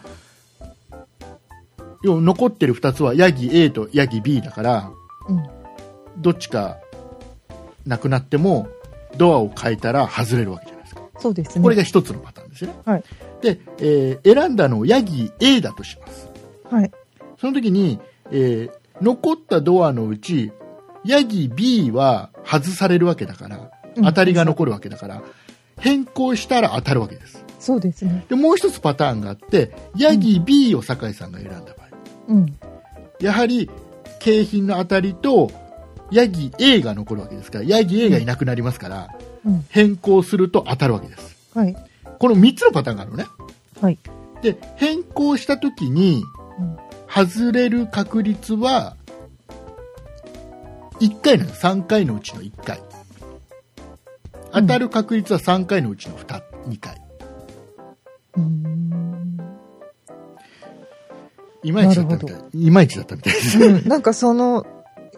Speaker 2: 要は残ってる2つはヤギ A とヤギ B だから
Speaker 3: うん。
Speaker 2: どっちかなくなってもドアを変えたら外れるわけじゃないですか
Speaker 3: そうですね。
Speaker 2: これが1つのパターンですよね、
Speaker 3: はい
Speaker 2: で、えー選んだのをヤギ A だとします
Speaker 3: はい。
Speaker 2: その時に、えー残ったドアのうち、ヤギ B は外されるわけだから、
Speaker 3: うん
Speaker 2: 当たりが残るわけだから、変更したら当たるわけです。
Speaker 3: そうですね。
Speaker 2: で、もう一つパターンがあって、ヤギ B を酒井さんが選んだ場合。
Speaker 3: うん。
Speaker 2: やはり景品の当たりとヤギ A が残るわけですからヤギ A がいなくなりますから、
Speaker 3: うん
Speaker 2: 変更すると当たるわけです
Speaker 3: はい。
Speaker 2: この3つのパターンがあるのね
Speaker 3: はい。
Speaker 2: で変更した時に
Speaker 3: うん
Speaker 2: 外れる確率は1回なの3回のうちの1回当たる確率は3回のうちの 2, 2回
Speaker 3: うーん。
Speaker 2: いまいちだったみた
Speaker 3: ない
Speaker 2: いまいちだったみたいです
Speaker 3: うんなんかその、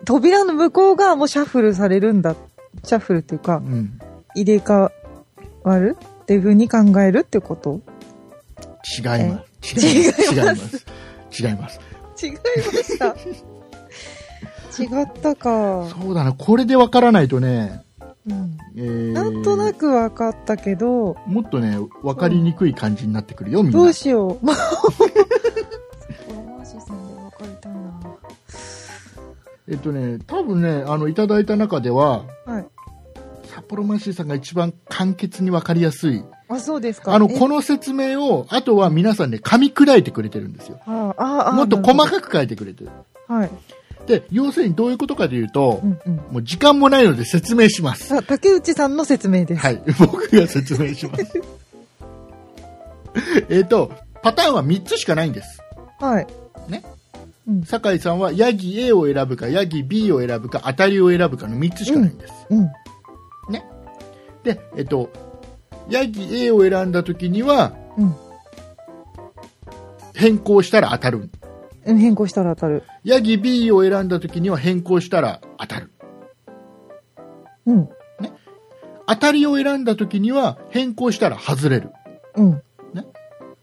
Speaker 3: 扉の向こう側もシャッフルされるんだ。シャッフルっていうか
Speaker 2: う、ん
Speaker 3: 入れ替わるっていう風に考えるってこと
Speaker 2: 違います違います違います違います
Speaker 3: 違いました。違ったか。
Speaker 2: そうだな、これでわからないとね、
Speaker 3: うん
Speaker 2: えー
Speaker 3: なんとなく分かったけど、
Speaker 2: もっとね、わかりにくい感じになってくるよ、みんな。
Speaker 3: どうしよう。マーシーさんで分かりたいな。
Speaker 2: えっとね、多分ね、あの、いただいた中では、
Speaker 3: はい。
Speaker 2: 札幌マンシーさんが一番簡潔にわかりやすい。
Speaker 3: あ、そうですか。
Speaker 2: あの、
Speaker 3: え
Speaker 2: この説明を、あとは皆さんね、噛み砕いてくれてるんですよ。
Speaker 3: ああああ
Speaker 2: もっと
Speaker 3: なるほ
Speaker 2: 細
Speaker 3: ど
Speaker 2: かく書いてくれてる。
Speaker 3: はい。
Speaker 2: で、要するにどういうことかというと、
Speaker 3: うんうん。
Speaker 2: もう時間もないので説明します。
Speaker 3: さあ、竹内さんの説明です。
Speaker 2: はい、 [LAUGHS] 僕が説明します。 [LAUGHS] えっと、パターンは3つしかないんです。
Speaker 3: はい。
Speaker 2: ね。
Speaker 3: うん。
Speaker 2: 酒井さんはヤギ A を選ぶかヤギ B を選ぶか当たりを選ぶかの3つしかないんです、
Speaker 3: うん。
Speaker 2: でえっとヤギ A を選んだ時には
Speaker 3: うん
Speaker 2: 変更したら当たる
Speaker 3: うん。変更したら当たる。
Speaker 2: ヤギ B を選んだ時には変更したら当たる
Speaker 3: うん。
Speaker 2: 当たりを選んだ時には変更したら外れる
Speaker 3: うん。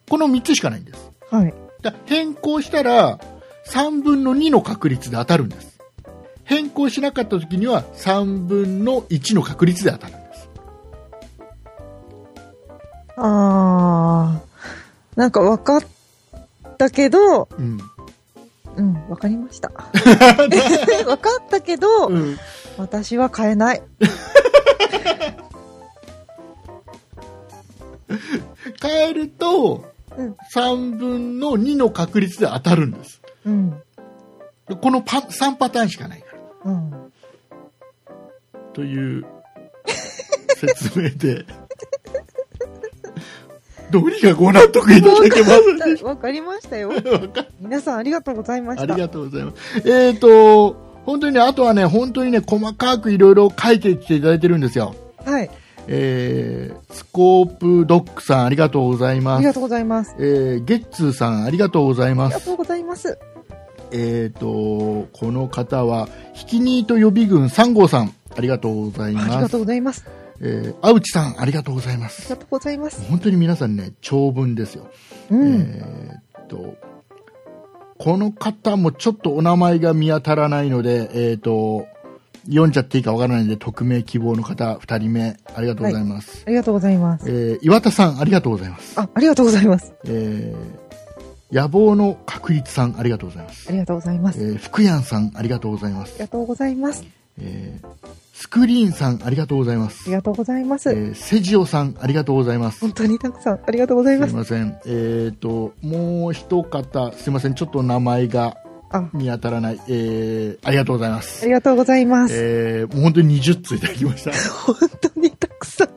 Speaker 2: この3つしかないんです
Speaker 3: はい。
Speaker 2: だ変更したら3分の2の確率で当たるんです変更しなかった時には3分の1の確率で当たるんです
Speaker 3: あー。なんか分かったけど、
Speaker 2: うん
Speaker 3: うん、分かりま [LAUGHS] した。分かったけど、
Speaker 2: うん
Speaker 3: 私は買えない。
Speaker 2: 変えると、
Speaker 3: うん
Speaker 2: 3分の2の確率で当たるんです
Speaker 3: うん。
Speaker 2: でこのパ3パターンしかないから
Speaker 3: うん。
Speaker 2: という説明で [LAUGHS] どうにかご納得いただけます
Speaker 3: [LAUGHS]
Speaker 2: でし
Speaker 3: 分かりましたよ。
Speaker 2: ょうか
Speaker 3: 皆さんありがとうございま
Speaker 2: あ
Speaker 3: し
Speaker 2: り
Speaker 3: た。
Speaker 2: がとうございますえっ、と本当にねあとはね本当にね細かくいろいろ書いてきていただいてるんですよ
Speaker 3: はい。
Speaker 2: えースコープドックさんありがとうござい
Speaker 3: あ
Speaker 2: ま
Speaker 3: り
Speaker 2: す
Speaker 3: がとうございます。
Speaker 2: えーゲッツーさんありがとうござい
Speaker 3: あ
Speaker 2: ま
Speaker 3: りが
Speaker 2: す
Speaker 3: とうございます。
Speaker 2: えー、とこの方はひきにと予備軍3号さんありがとうござい
Speaker 3: ありが
Speaker 2: ま
Speaker 3: と
Speaker 2: す
Speaker 3: うございます。あ
Speaker 2: えーあうちさんありがとうございま
Speaker 3: り
Speaker 2: す
Speaker 3: がとうございます。
Speaker 2: 本当に皆さんね長文ですよ、
Speaker 3: うん。
Speaker 2: えー、とこの方もちょっとお名前が見当たらないので、えー、と読んじゃっていいかわからないので匿名希望の方2人目ありがとうございます、
Speaker 3: ありがとうございます。
Speaker 2: えー岩田さんありがとうございます、
Speaker 3: あ、ありがとうございます。
Speaker 2: えー野望の確率さんありがとうございま
Speaker 3: あ
Speaker 2: す、
Speaker 3: りがとうございま
Speaker 2: え
Speaker 3: す。あ
Speaker 2: ー福山さんありがとうございます
Speaker 3: りがとうございます。
Speaker 2: えースクリーンさんありがとうございま
Speaker 3: あり
Speaker 2: す。
Speaker 3: がとうございま
Speaker 2: え
Speaker 3: す。
Speaker 2: ーセジオさんありがとうございます。す
Speaker 3: 本当にたくさんありがとうござい
Speaker 2: い
Speaker 3: ます。
Speaker 2: ません。えっ、と、もう一方、すいません。ちょっと名前が
Speaker 3: あ、
Speaker 2: 見当たらない。えーありがとうございま
Speaker 3: あ
Speaker 2: す。
Speaker 3: りがとうございます。
Speaker 2: えーもう本当に20通いただき
Speaker 3: [LAUGHS]
Speaker 2: ました。
Speaker 3: 本当にたくさん。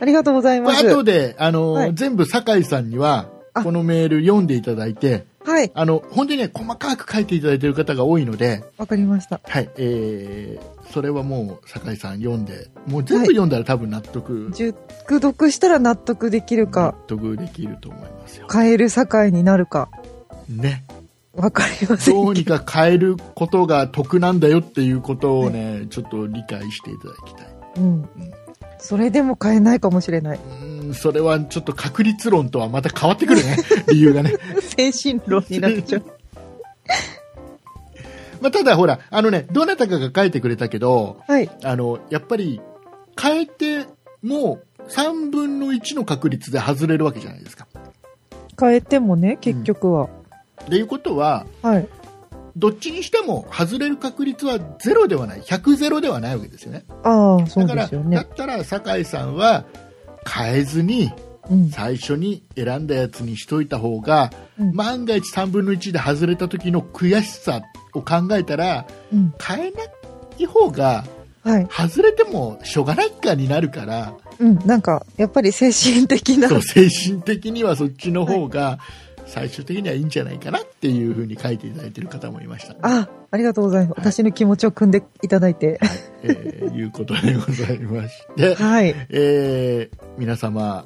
Speaker 3: ありがとうござい
Speaker 2: こ
Speaker 3: ま
Speaker 2: れ
Speaker 3: す。
Speaker 2: 後で、あのー
Speaker 3: はい
Speaker 2: 全部酒井さんには、
Speaker 3: あ
Speaker 2: このメール読んでいただいて、
Speaker 3: はい。
Speaker 2: あの、本当にね、細かく書いていただいている方が多いので、
Speaker 3: わかりました。
Speaker 2: はい、えーそれはもう酒井さん読んで、もう全部読んだら多分納得、
Speaker 3: 熟読したら納得できる
Speaker 2: 納
Speaker 3: か、
Speaker 2: 得できると思いますよ。
Speaker 3: 変える境になるか、
Speaker 2: ね、
Speaker 3: わかりませ
Speaker 2: ど
Speaker 3: ん
Speaker 2: うにか変えることが得なんだよっていうことをね、ちょっと理解していただきたい。
Speaker 3: うん。それでも変えないかもしれない。
Speaker 2: うーん、それはちょっと確率論とはまた変わってくる
Speaker 3: [LAUGHS]
Speaker 2: ね、理由がね。
Speaker 3: 精神論になっちゃう。
Speaker 2: まあ、ただほら、あのね、どなたかが書いてくれたけど、
Speaker 3: はい。
Speaker 2: あの、やっぱり変えても3分の1の確率で外れるわけじゃないですか。
Speaker 3: 変えてもね、結局は。
Speaker 2: っていうことは
Speaker 3: はい。
Speaker 2: どっちにしても外れる確率はゼロではない100ゼロではないわけですよね
Speaker 3: ああ、そ
Speaker 2: だ
Speaker 3: う
Speaker 2: か
Speaker 3: で
Speaker 2: ら
Speaker 3: すよ
Speaker 2: だ
Speaker 3: ね
Speaker 2: っ。たら酒井さんは変えずに
Speaker 3: うん。
Speaker 2: 最初に選んだやつにしといた方が、
Speaker 3: うん
Speaker 2: 万が一3分の1で外れた時の悔しさを考えたら
Speaker 3: うん。
Speaker 2: 変えない方が
Speaker 3: はい。
Speaker 2: 外れてもしょうがないかになるから
Speaker 3: うん。なんか、やっぱり精神的な。
Speaker 2: そう精神的にはそっちの方が最終的にはいいんじゃないかなっていうふうに書いていただいてる方もいました、ね
Speaker 3: あ、ありがとうございます。私の気持ちを汲んでいただいて。
Speaker 2: えーいうことでございまして、
Speaker 3: はい。
Speaker 2: えー皆様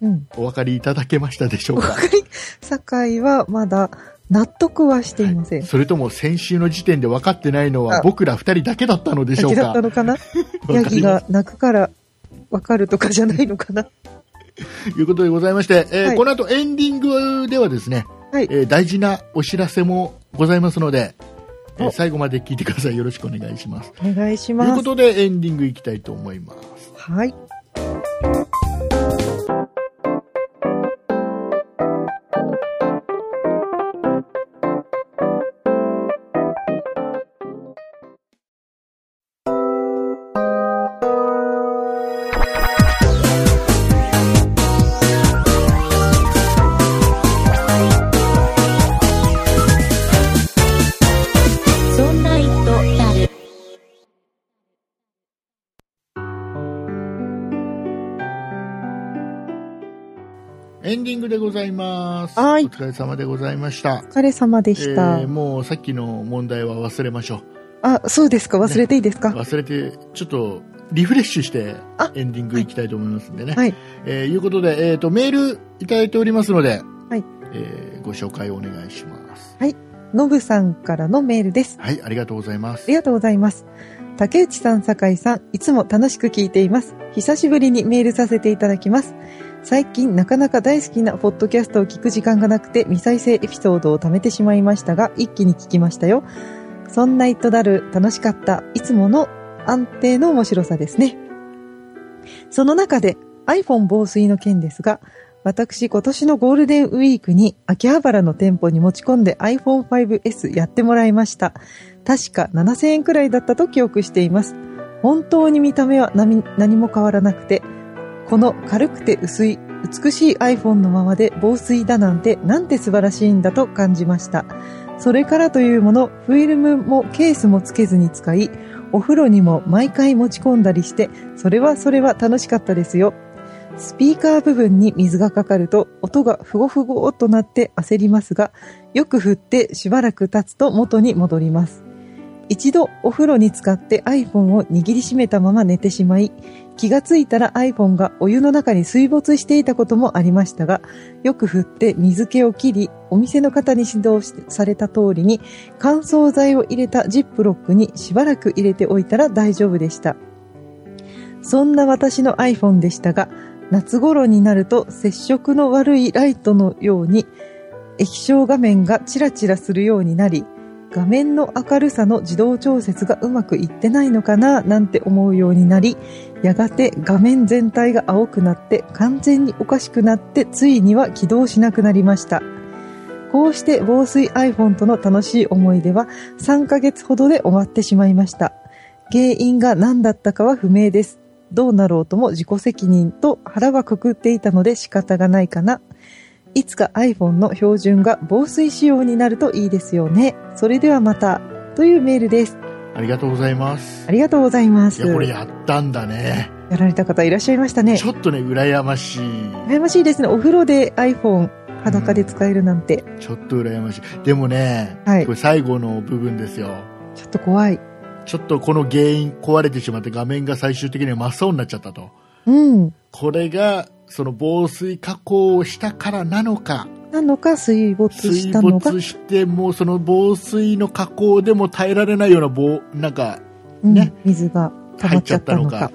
Speaker 3: うん。
Speaker 2: お分かりいただけましたでしょう
Speaker 3: わ
Speaker 2: か
Speaker 3: かり、酒井はまだ納得はしていません。
Speaker 2: それとも先週の時点で分かってないのは
Speaker 3: あ
Speaker 2: 僕ら2人だけだったのでしょう
Speaker 3: 先だ
Speaker 2: か
Speaker 3: ったのかなヤ
Speaker 2: [LAUGHS] わか
Speaker 3: ギ
Speaker 2: りま
Speaker 3: が泣くからわかるとかじゃないのかな
Speaker 2: すということでございまして、えー
Speaker 3: はい
Speaker 2: この後エンディングではですね、
Speaker 3: はい
Speaker 2: えー大事なお知らせもございますので、えー
Speaker 3: お
Speaker 2: 最後まで聞いてくださいよろしくお願いします
Speaker 3: お願いし
Speaker 2: という
Speaker 3: ま
Speaker 2: こ
Speaker 3: す。
Speaker 2: とでエンディングいきたいと思います
Speaker 3: はい。
Speaker 1: そんな糸だる、
Speaker 2: エンディングでございます
Speaker 3: はい
Speaker 2: お疲れ様でございました
Speaker 3: お疲れ様でした。
Speaker 2: えーもうさっきの問題は忘れましょ
Speaker 3: あ、そうですか。忘れていいです
Speaker 2: う
Speaker 3: か、
Speaker 2: 忘れてちょっとリフレッシュして
Speaker 3: あ
Speaker 2: エンディングいきたいと思いますんでね、
Speaker 3: はい。
Speaker 2: えーいうことで、えー、とメールいただいておりますので、
Speaker 3: はい
Speaker 2: えーご紹介をお願いします
Speaker 3: ノブさんからのメールです。
Speaker 2: はいありがとうございま
Speaker 3: あ
Speaker 2: す
Speaker 3: りがとうございます。竹内さん、酒井さん、いつも楽しく聞いています。久しぶりにメールさせていただきます。最近なかなか大好きなポッドキャストを聞く時間がなくて未再生エピソードを貯めてしまいましたが、一気に聞きましたよ。そんなイットダル楽しかった、いつもの安定の面白さですね。その中で iPhone 防水の件ですが、私今年のゴールデンウィークに秋葉原の店舗に持ち込んで iPhone5S やってもらいました。確か7000円くらいだったと記憶しています。本当に見た目は何何も変わらなくて、この軽くて薄い美しい iPhone のままで防水だなんてなんて素晴らしいんだと感じました。それからというもの、フィルムもケースもつけずに使い、お風呂にも毎回持ち込んだりして、それはそれは楽しかったですよ。スピーカー部分に水がかかると音がふごふごっとなって焦りますが、よく振ってしばらく経つと元に戻ります。一度お風呂に使って iPhone を握りしめたまま寝てしまい、気がついたら iPhone がお湯の中に水没していたこともありましたが、よく振って水気を切り、お店の方に指導しされた通りに、乾燥剤を入れたジップロックにしばらく入れておいたら大丈夫でした。そんな私の iPhone でしたが、夏頃になると接触の悪いライトのように液晶画面がチラチラするようになり、画面の明るさの自動調節がうまくいってないのかななんて思うようになり、やがて画面全体が青くなって完全におかしくなってついには起動しなくなりました。こうして防水 iPhone との楽しい思い出は3ヶ月ほどで終わってしまいました。原因が何だったかは不明です。どうなろうとも自己責任と腹はくくっていたので仕方がないかな。いつか iPhone の標準が防水仕様になるといいですよね。それではまた。というメールです。
Speaker 2: ありがとうございます
Speaker 3: ありがとうございます。
Speaker 2: いやこれやったんだね
Speaker 3: やられた方いらっしゃいましたね
Speaker 2: ち。ょっとね羨ましい
Speaker 3: 羨ましいですね。お風呂で iPhone 裸で使えるなんて、
Speaker 2: ちょっと羨ましいでもね、
Speaker 3: はい
Speaker 2: これ最後の部分ですよ
Speaker 3: ちょっと怖い。
Speaker 2: ちょっとこの原因壊れてしまって画面が最終的には真っ青になっちゃったと
Speaker 3: うん。
Speaker 2: これがその防水加工をしたからなのか
Speaker 3: なのか水没し
Speaker 2: 水
Speaker 3: たのが、
Speaker 2: 没してもうその防水の加工でも耐えられないような防なんか
Speaker 3: うん
Speaker 2: ね
Speaker 3: 水が溜ま
Speaker 2: 入
Speaker 3: っ
Speaker 2: っ
Speaker 3: ち
Speaker 2: ち
Speaker 3: ゃ
Speaker 2: ゃ
Speaker 3: っ
Speaker 2: ったた
Speaker 3: の
Speaker 2: の
Speaker 3: か。
Speaker 2: か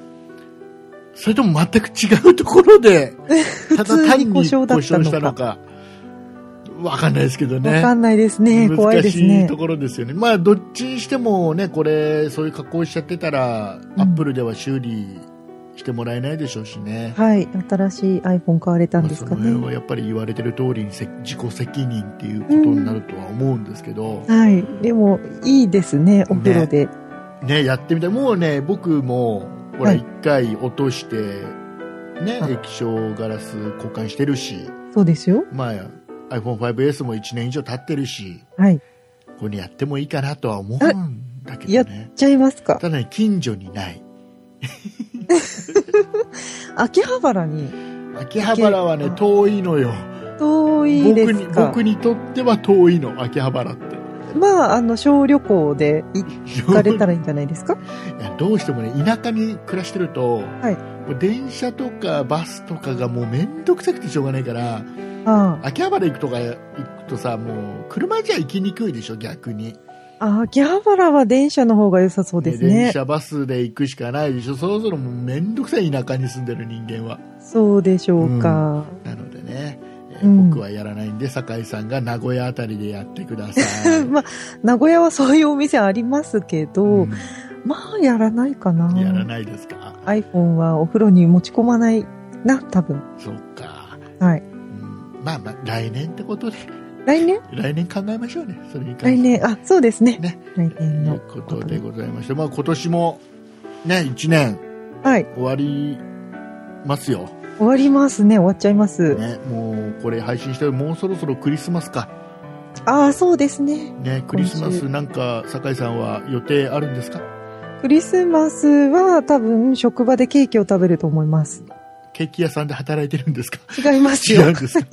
Speaker 2: それとも全く違うところ [LAUGHS] でただ単に
Speaker 3: 故
Speaker 2: 故
Speaker 3: 障
Speaker 2: 障
Speaker 3: だったのか
Speaker 2: したのかわかんないですけど
Speaker 3: わ
Speaker 2: ね
Speaker 3: かんないですね。怖い
Speaker 2: 難
Speaker 3: です
Speaker 2: しい
Speaker 3: ね
Speaker 2: と。ころですよねまあどっちにしてもねこれそういう加工しちゃってたら、
Speaker 3: ん
Speaker 2: アップルでは修理してもらえないでしょうしね。
Speaker 3: はい。新しい iPhone 買われたんですか
Speaker 2: まあその
Speaker 3: ね。
Speaker 2: 辺はやっぱり言われてる通りにせ自己責任っていうことになるとは思うんですけど、
Speaker 3: はい。でも、いいですね。お風呂で。
Speaker 2: ね、やってみたい。もうね、僕も、ほら、
Speaker 3: はい
Speaker 2: 一回落として、ね、
Speaker 3: あ
Speaker 2: 液晶ガラス交換してるし、
Speaker 3: そうですよ。
Speaker 2: まあ、iPhone5S も1年以上経ってるし、
Speaker 3: はい。
Speaker 2: これやってもいいかなとは思うんだけ
Speaker 3: や
Speaker 2: ど
Speaker 3: っ
Speaker 2: ね。
Speaker 3: ちゃいますか。
Speaker 2: ただね、近所にない。
Speaker 3: 秋葉原に
Speaker 2: 秋葉原はね、
Speaker 3: 行け
Speaker 2: 遠いのよ。
Speaker 3: 遠い
Speaker 2: 僕
Speaker 3: で
Speaker 2: に
Speaker 3: すか
Speaker 2: 僕にとっては遠いの、秋葉原って。
Speaker 3: まあ、あの、小旅行で行かれたらいいんじゃないですか
Speaker 2: いやどうしてもね田舎に暮らしてると、
Speaker 3: い
Speaker 2: もう電車とかバスとかがもう面倒くさくてしょうがないから
Speaker 3: あ
Speaker 2: 秋葉原行くとか行くとさもう車じゃ行きにくいでしょ逆に
Speaker 3: ああ、秋葉原は電車の方が良さそうです
Speaker 2: 電
Speaker 3: ね。
Speaker 2: 車バスで行くしかないでしょそろそろもう面倒くさい田舎に住んでる人間は
Speaker 3: そうでしょうか。
Speaker 2: なのでね、えー
Speaker 3: うん
Speaker 2: 僕はやらないんで酒井さんが名古屋あたりでやってくだ
Speaker 3: [LAUGHS]
Speaker 2: さい、
Speaker 3: まあ、名古屋はそういうお店ありますけど、
Speaker 2: うん
Speaker 3: まあ、やらないかな。
Speaker 2: やらないですか
Speaker 3: iPhone はお風呂に持ち込まないな、多分。
Speaker 2: そっか、
Speaker 3: はい。
Speaker 2: うんまあまあ来年ってことで
Speaker 3: 来年
Speaker 2: 来年考えましょうねそれに関
Speaker 3: 来
Speaker 2: して
Speaker 3: 年、あ、そうですね。
Speaker 2: ね
Speaker 3: 来年
Speaker 2: とい
Speaker 3: の
Speaker 2: うことでございまして、まあ、今年も、ね、1年
Speaker 3: はい。
Speaker 2: 終わりますよ、
Speaker 3: 終わりますね。終わっちゃいます。
Speaker 2: ね、もうこれ配信してるもうそろそろクリスマスか、
Speaker 3: ああ、そうですね。
Speaker 2: ね、クリスマスなんか酒井さんは予定あるんですか
Speaker 3: クリスマスは多分職場でケーキを食べると思います。
Speaker 2: ケーキ屋さんで働いてるんですか
Speaker 3: 違います
Speaker 2: 違う
Speaker 3: よ
Speaker 2: ん。ですか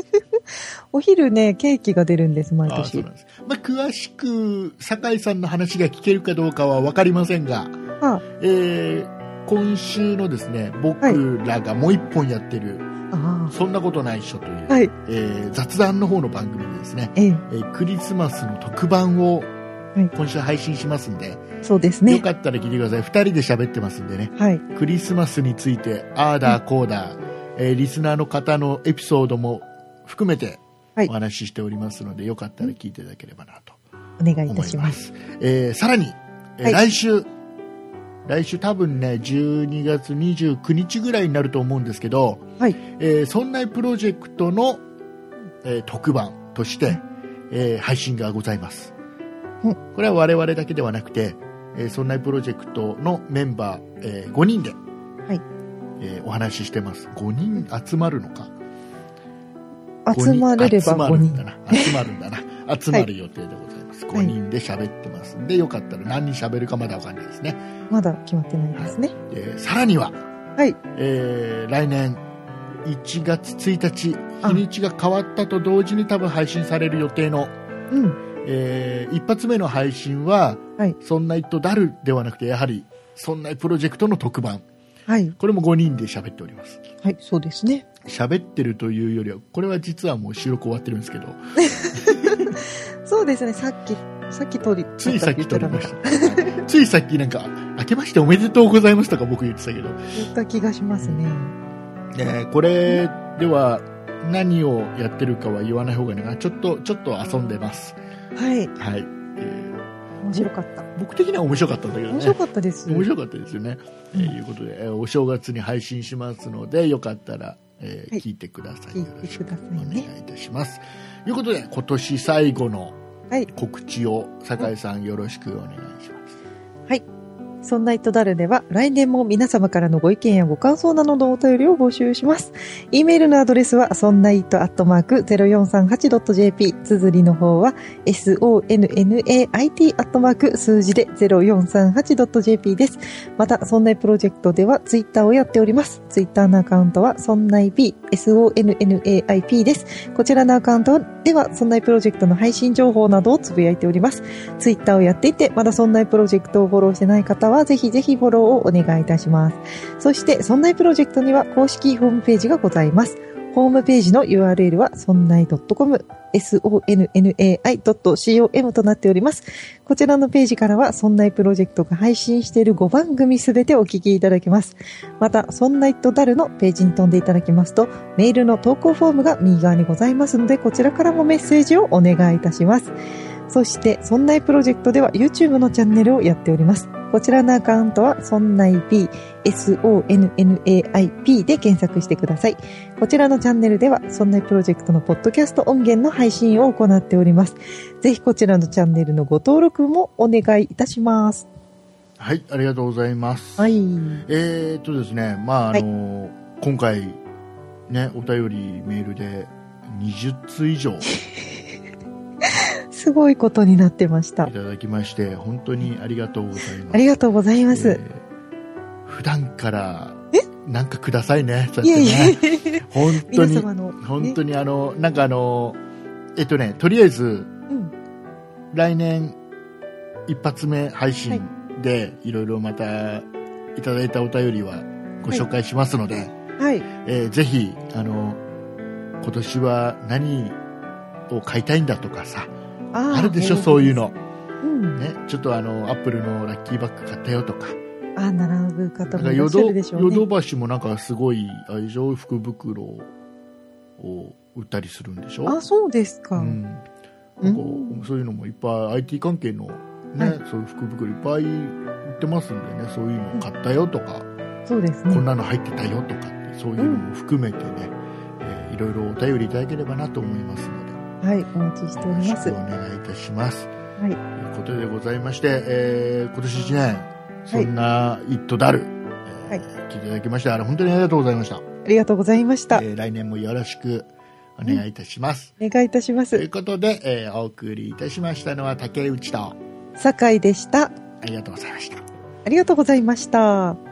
Speaker 3: お昼ね、ケーキが出るんです、毎
Speaker 2: ああそう
Speaker 3: 年
Speaker 2: な。んです、まあ、詳しく酒井さんの話が聞けるかどうかは分かりませんが、
Speaker 3: あ
Speaker 2: えー今週のですね僕らがもう一本やってる、
Speaker 3: あ
Speaker 2: そんなことないっしょという、
Speaker 3: あ。はい。
Speaker 2: えー雑談の方の番組でですね
Speaker 3: ええ、
Speaker 2: えークリスマスの特番を
Speaker 3: い
Speaker 2: 今週配信しますんで、
Speaker 3: そうです
Speaker 2: よ
Speaker 3: ね。
Speaker 2: かったら聞いてください2人で喋ってますんでね
Speaker 3: はい。
Speaker 2: クリスマスについてああだこうだ、えーリスナーの方のエピソードも含めて
Speaker 3: はい
Speaker 2: お話ししておりますので、よかったら聞いていただければなと
Speaker 3: お願いい
Speaker 2: 思
Speaker 3: た
Speaker 2: い
Speaker 3: し
Speaker 2: ま
Speaker 3: ます。
Speaker 2: すえーさらに、えー
Speaker 3: はい
Speaker 2: 来週来週多分ね12月29日ぐらいになると思うんですけど、
Speaker 3: はい。
Speaker 2: えー、そんなプロジェクトの、えー特番として、えー配信がございます。
Speaker 3: うん
Speaker 2: これは我々だけではなくて、えー、そんなプロジェクトのメンバー、え5人で、
Speaker 3: い
Speaker 2: えーお話ししてます。5人集まるのか
Speaker 3: 集まれれ
Speaker 2: 集
Speaker 3: ば
Speaker 2: ま
Speaker 3: 5
Speaker 2: るん
Speaker 3: 人。
Speaker 2: だな。集まるんだな。集まる予定でございます。
Speaker 3: い
Speaker 2: 5人で喋ってますんで、よかったら何人喋るかまだわかんないですね。
Speaker 3: まだ決まってないですね。
Speaker 2: えーさらには、
Speaker 3: はい。
Speaker 2: えー来年1月1日日にちが変わったと同時に多分配信される予定の、
Speaker 3: うん。
Speaker 2: えー一発目の配信は
Speaker 3: はい
Speaker 2: 「そんな一とだる」ではなくてやはり「そんなプロジェクト」の特番
Speaker 3: はい。
Speaker 2: これも5人で喋っております
Speaker 3: はい。そうですね。
Speaker 2: 喋ってるというよりはこれは実はもう収録終わってるんですけど
Speaker 3: そうですね。さっき、さっき撮り、
Speaker 2: ついさっき撮りました
Speaker 3: 撮
Speaker 2: はいついさっきなんか「明けましておめでとうございました」か僕言ってたけど、
Speaker 3: った気がしますね。
Speaker 2: えーこれでは何をやってるかは言わない方がいいのかなちょっとちょっと遊んでます
Speaker 3: はい。
Speaker 2: はい、え
Speaker 3: 面白かった。
Speaker 2: ー僕的には面白かったんだけど
Speaker 3: 面白
Speaker 2: ね
Speaker 3: かったです。
Speaker 2: 面白かったですよね。と、えーいうことで、えーお正月に配信しますのでよかったら、えー
Speaker 3: はい
Speaker 2: 聞いてください。
Speaker 3: 聞い
Speaker 2: よ
Speaker 3: て
Speaker 2: ろしく
Speaker 3: ください
Speaker 2: お願
Speaker 3: ね
Speaker 2: いいたします。ということで今年最後の
Speaker 3: はい
Speaker 2: 告知を、酒井さんよろしくお願いします。
Speaker 3: そんな糸だるでは来年も皆様からのご意見やご感想などのお便りを募集します。e メールのアドレスはそんな糸アットマーク 0438.jp 綴りの方は sonnait アットマーク数字で 0438.jp です。また、そんないプロジェクトではツイッターをやっております。ツイッターのアカウントはそんない p sonnaip です。こちらのアカウントではそんないプロジェクトの配信情報などをつぶやいております。ツイッターをやっていて、まだそんなプロジェクトをフォローしてない方は、ぜひぜひフォローをお願いいたします。そして、そんなプロジェクトには公式ホームページがございます。ホームページの URL は、そんない .com、sonnai.com となっております。こちらのページからは、そんないプロジェクトが配信している5番組すべてお聞きいただけます。また、そんないとだるのページに飛んでいただきますと、メールの投稿フォームが右側にございますので、こちらからもメッセージをお願いいたします。そして、そんないプロジェクトでは YouTube のチャンネルをやっております。こちらのアカウントは、そんない P、sonnaip で検索してください。こちらのチャンネルでは、そんないプロジェクトのポッドキャスト音源の配信を行っております。ぜひこちらのチャンネルのご登録もお願いいたします。
Speaker 2: はい、ありがとうございます。
Speaker 3: はい。
Speaker 2: えー、っとですね、まああの今回ねお便りメールで20通以
Speaker 3: [LAUGHS]
Speaker 2: 上い
Speaker 3: すごいことになってました
Speaker 2: た。だきまして本当にありがとうございます。
Speaker 3: ありがとうござい
Speaker 2: と
Speaker 3: ます。
Speaker 2: 普段からなんかくださいね。そう
Speaker 3: い
Speaker 2: やっ
Speaker 3: え
Speaker 2: て
Speaker 3: い
Speaker 2: ね
Speaker 3: え、
Speaker 2: 本当
Speaker 3: 皆
Speaker 2: に
Speaker 3: 様の、ね。
Speaker 2: 本当にあのなんかあのえっとねとりあえず
Speaker 3: うん。
Speaker 2: 来年一発目配
Speaker 3: は
Speaker 2: 信でいろいろまたいただいたお便りはご紹介しますので。
Speaker 3: はい。
Speaker 2: えーぜひあの今年は何を買いたいんだとかさ
Speaker 3: あー
Speaker 2: あるでしょそういう。の、
Speaker 3: うん。
Speaker 2: ね、ちょっとあのアップルのラッキーバッグ買ったよとか
Speaker 3: あー、並ぶ方
Speaker 2: なんか
Speaker 3: もいら
Speaker 2: ヨ
Speaker 3: っしゃ
Speaker 2: ド
Speaker 3: るでしょう
Speaker 2: ヨド
Speaker 3: ね。
Speaker 2: バシもなんかすごいあれでしょ福袋を売ったりするんでしょ
Speaker 3: あ、そうですか。
Speaker 2: うん、なんか
Speaker 3: うん
Speaker 2: そういうのもいっぱい IT 関係の、ね
Speaker 3: はい
Speaker 2: そういう福袋いっぱい売ってますんでねそういうの買ったよとか、
Speaker 3: そうですね。
Speaker 2: こんなの入ってたよとかってそういうのも含めてね、えーいろいろお便りいただければなと思いますので
Speaker 3: はい、お待ちしており
Speaker 2: よ
Speaker 3: ま
Speaker 2: ろし
Speaker 3: す。
Speaker 2: くお
Speaker 3: は
Speaker 2: 願いいたします。
Speaker 3: い。
Speaker 2: ということでございまして、えー今年1年そんな「イットダル」えー
Speaker 3: はい
Speaker 2: 聞いていただきましてあれ本当にありがとうございました、
Speaker 3: ありがとうございました。
Speaker 2: えー来年もよろしくお願いいたします、
Speaker 3: お願いいたしま
Speaker 2: とい
Speaker 3: す。
Speaker 2: うことで、えーお送りいたしましたのは竹内と
Speaker 3: 酒井でした。
Speaker 2: ありがとうございました
Speaker 3: ありがとうございました。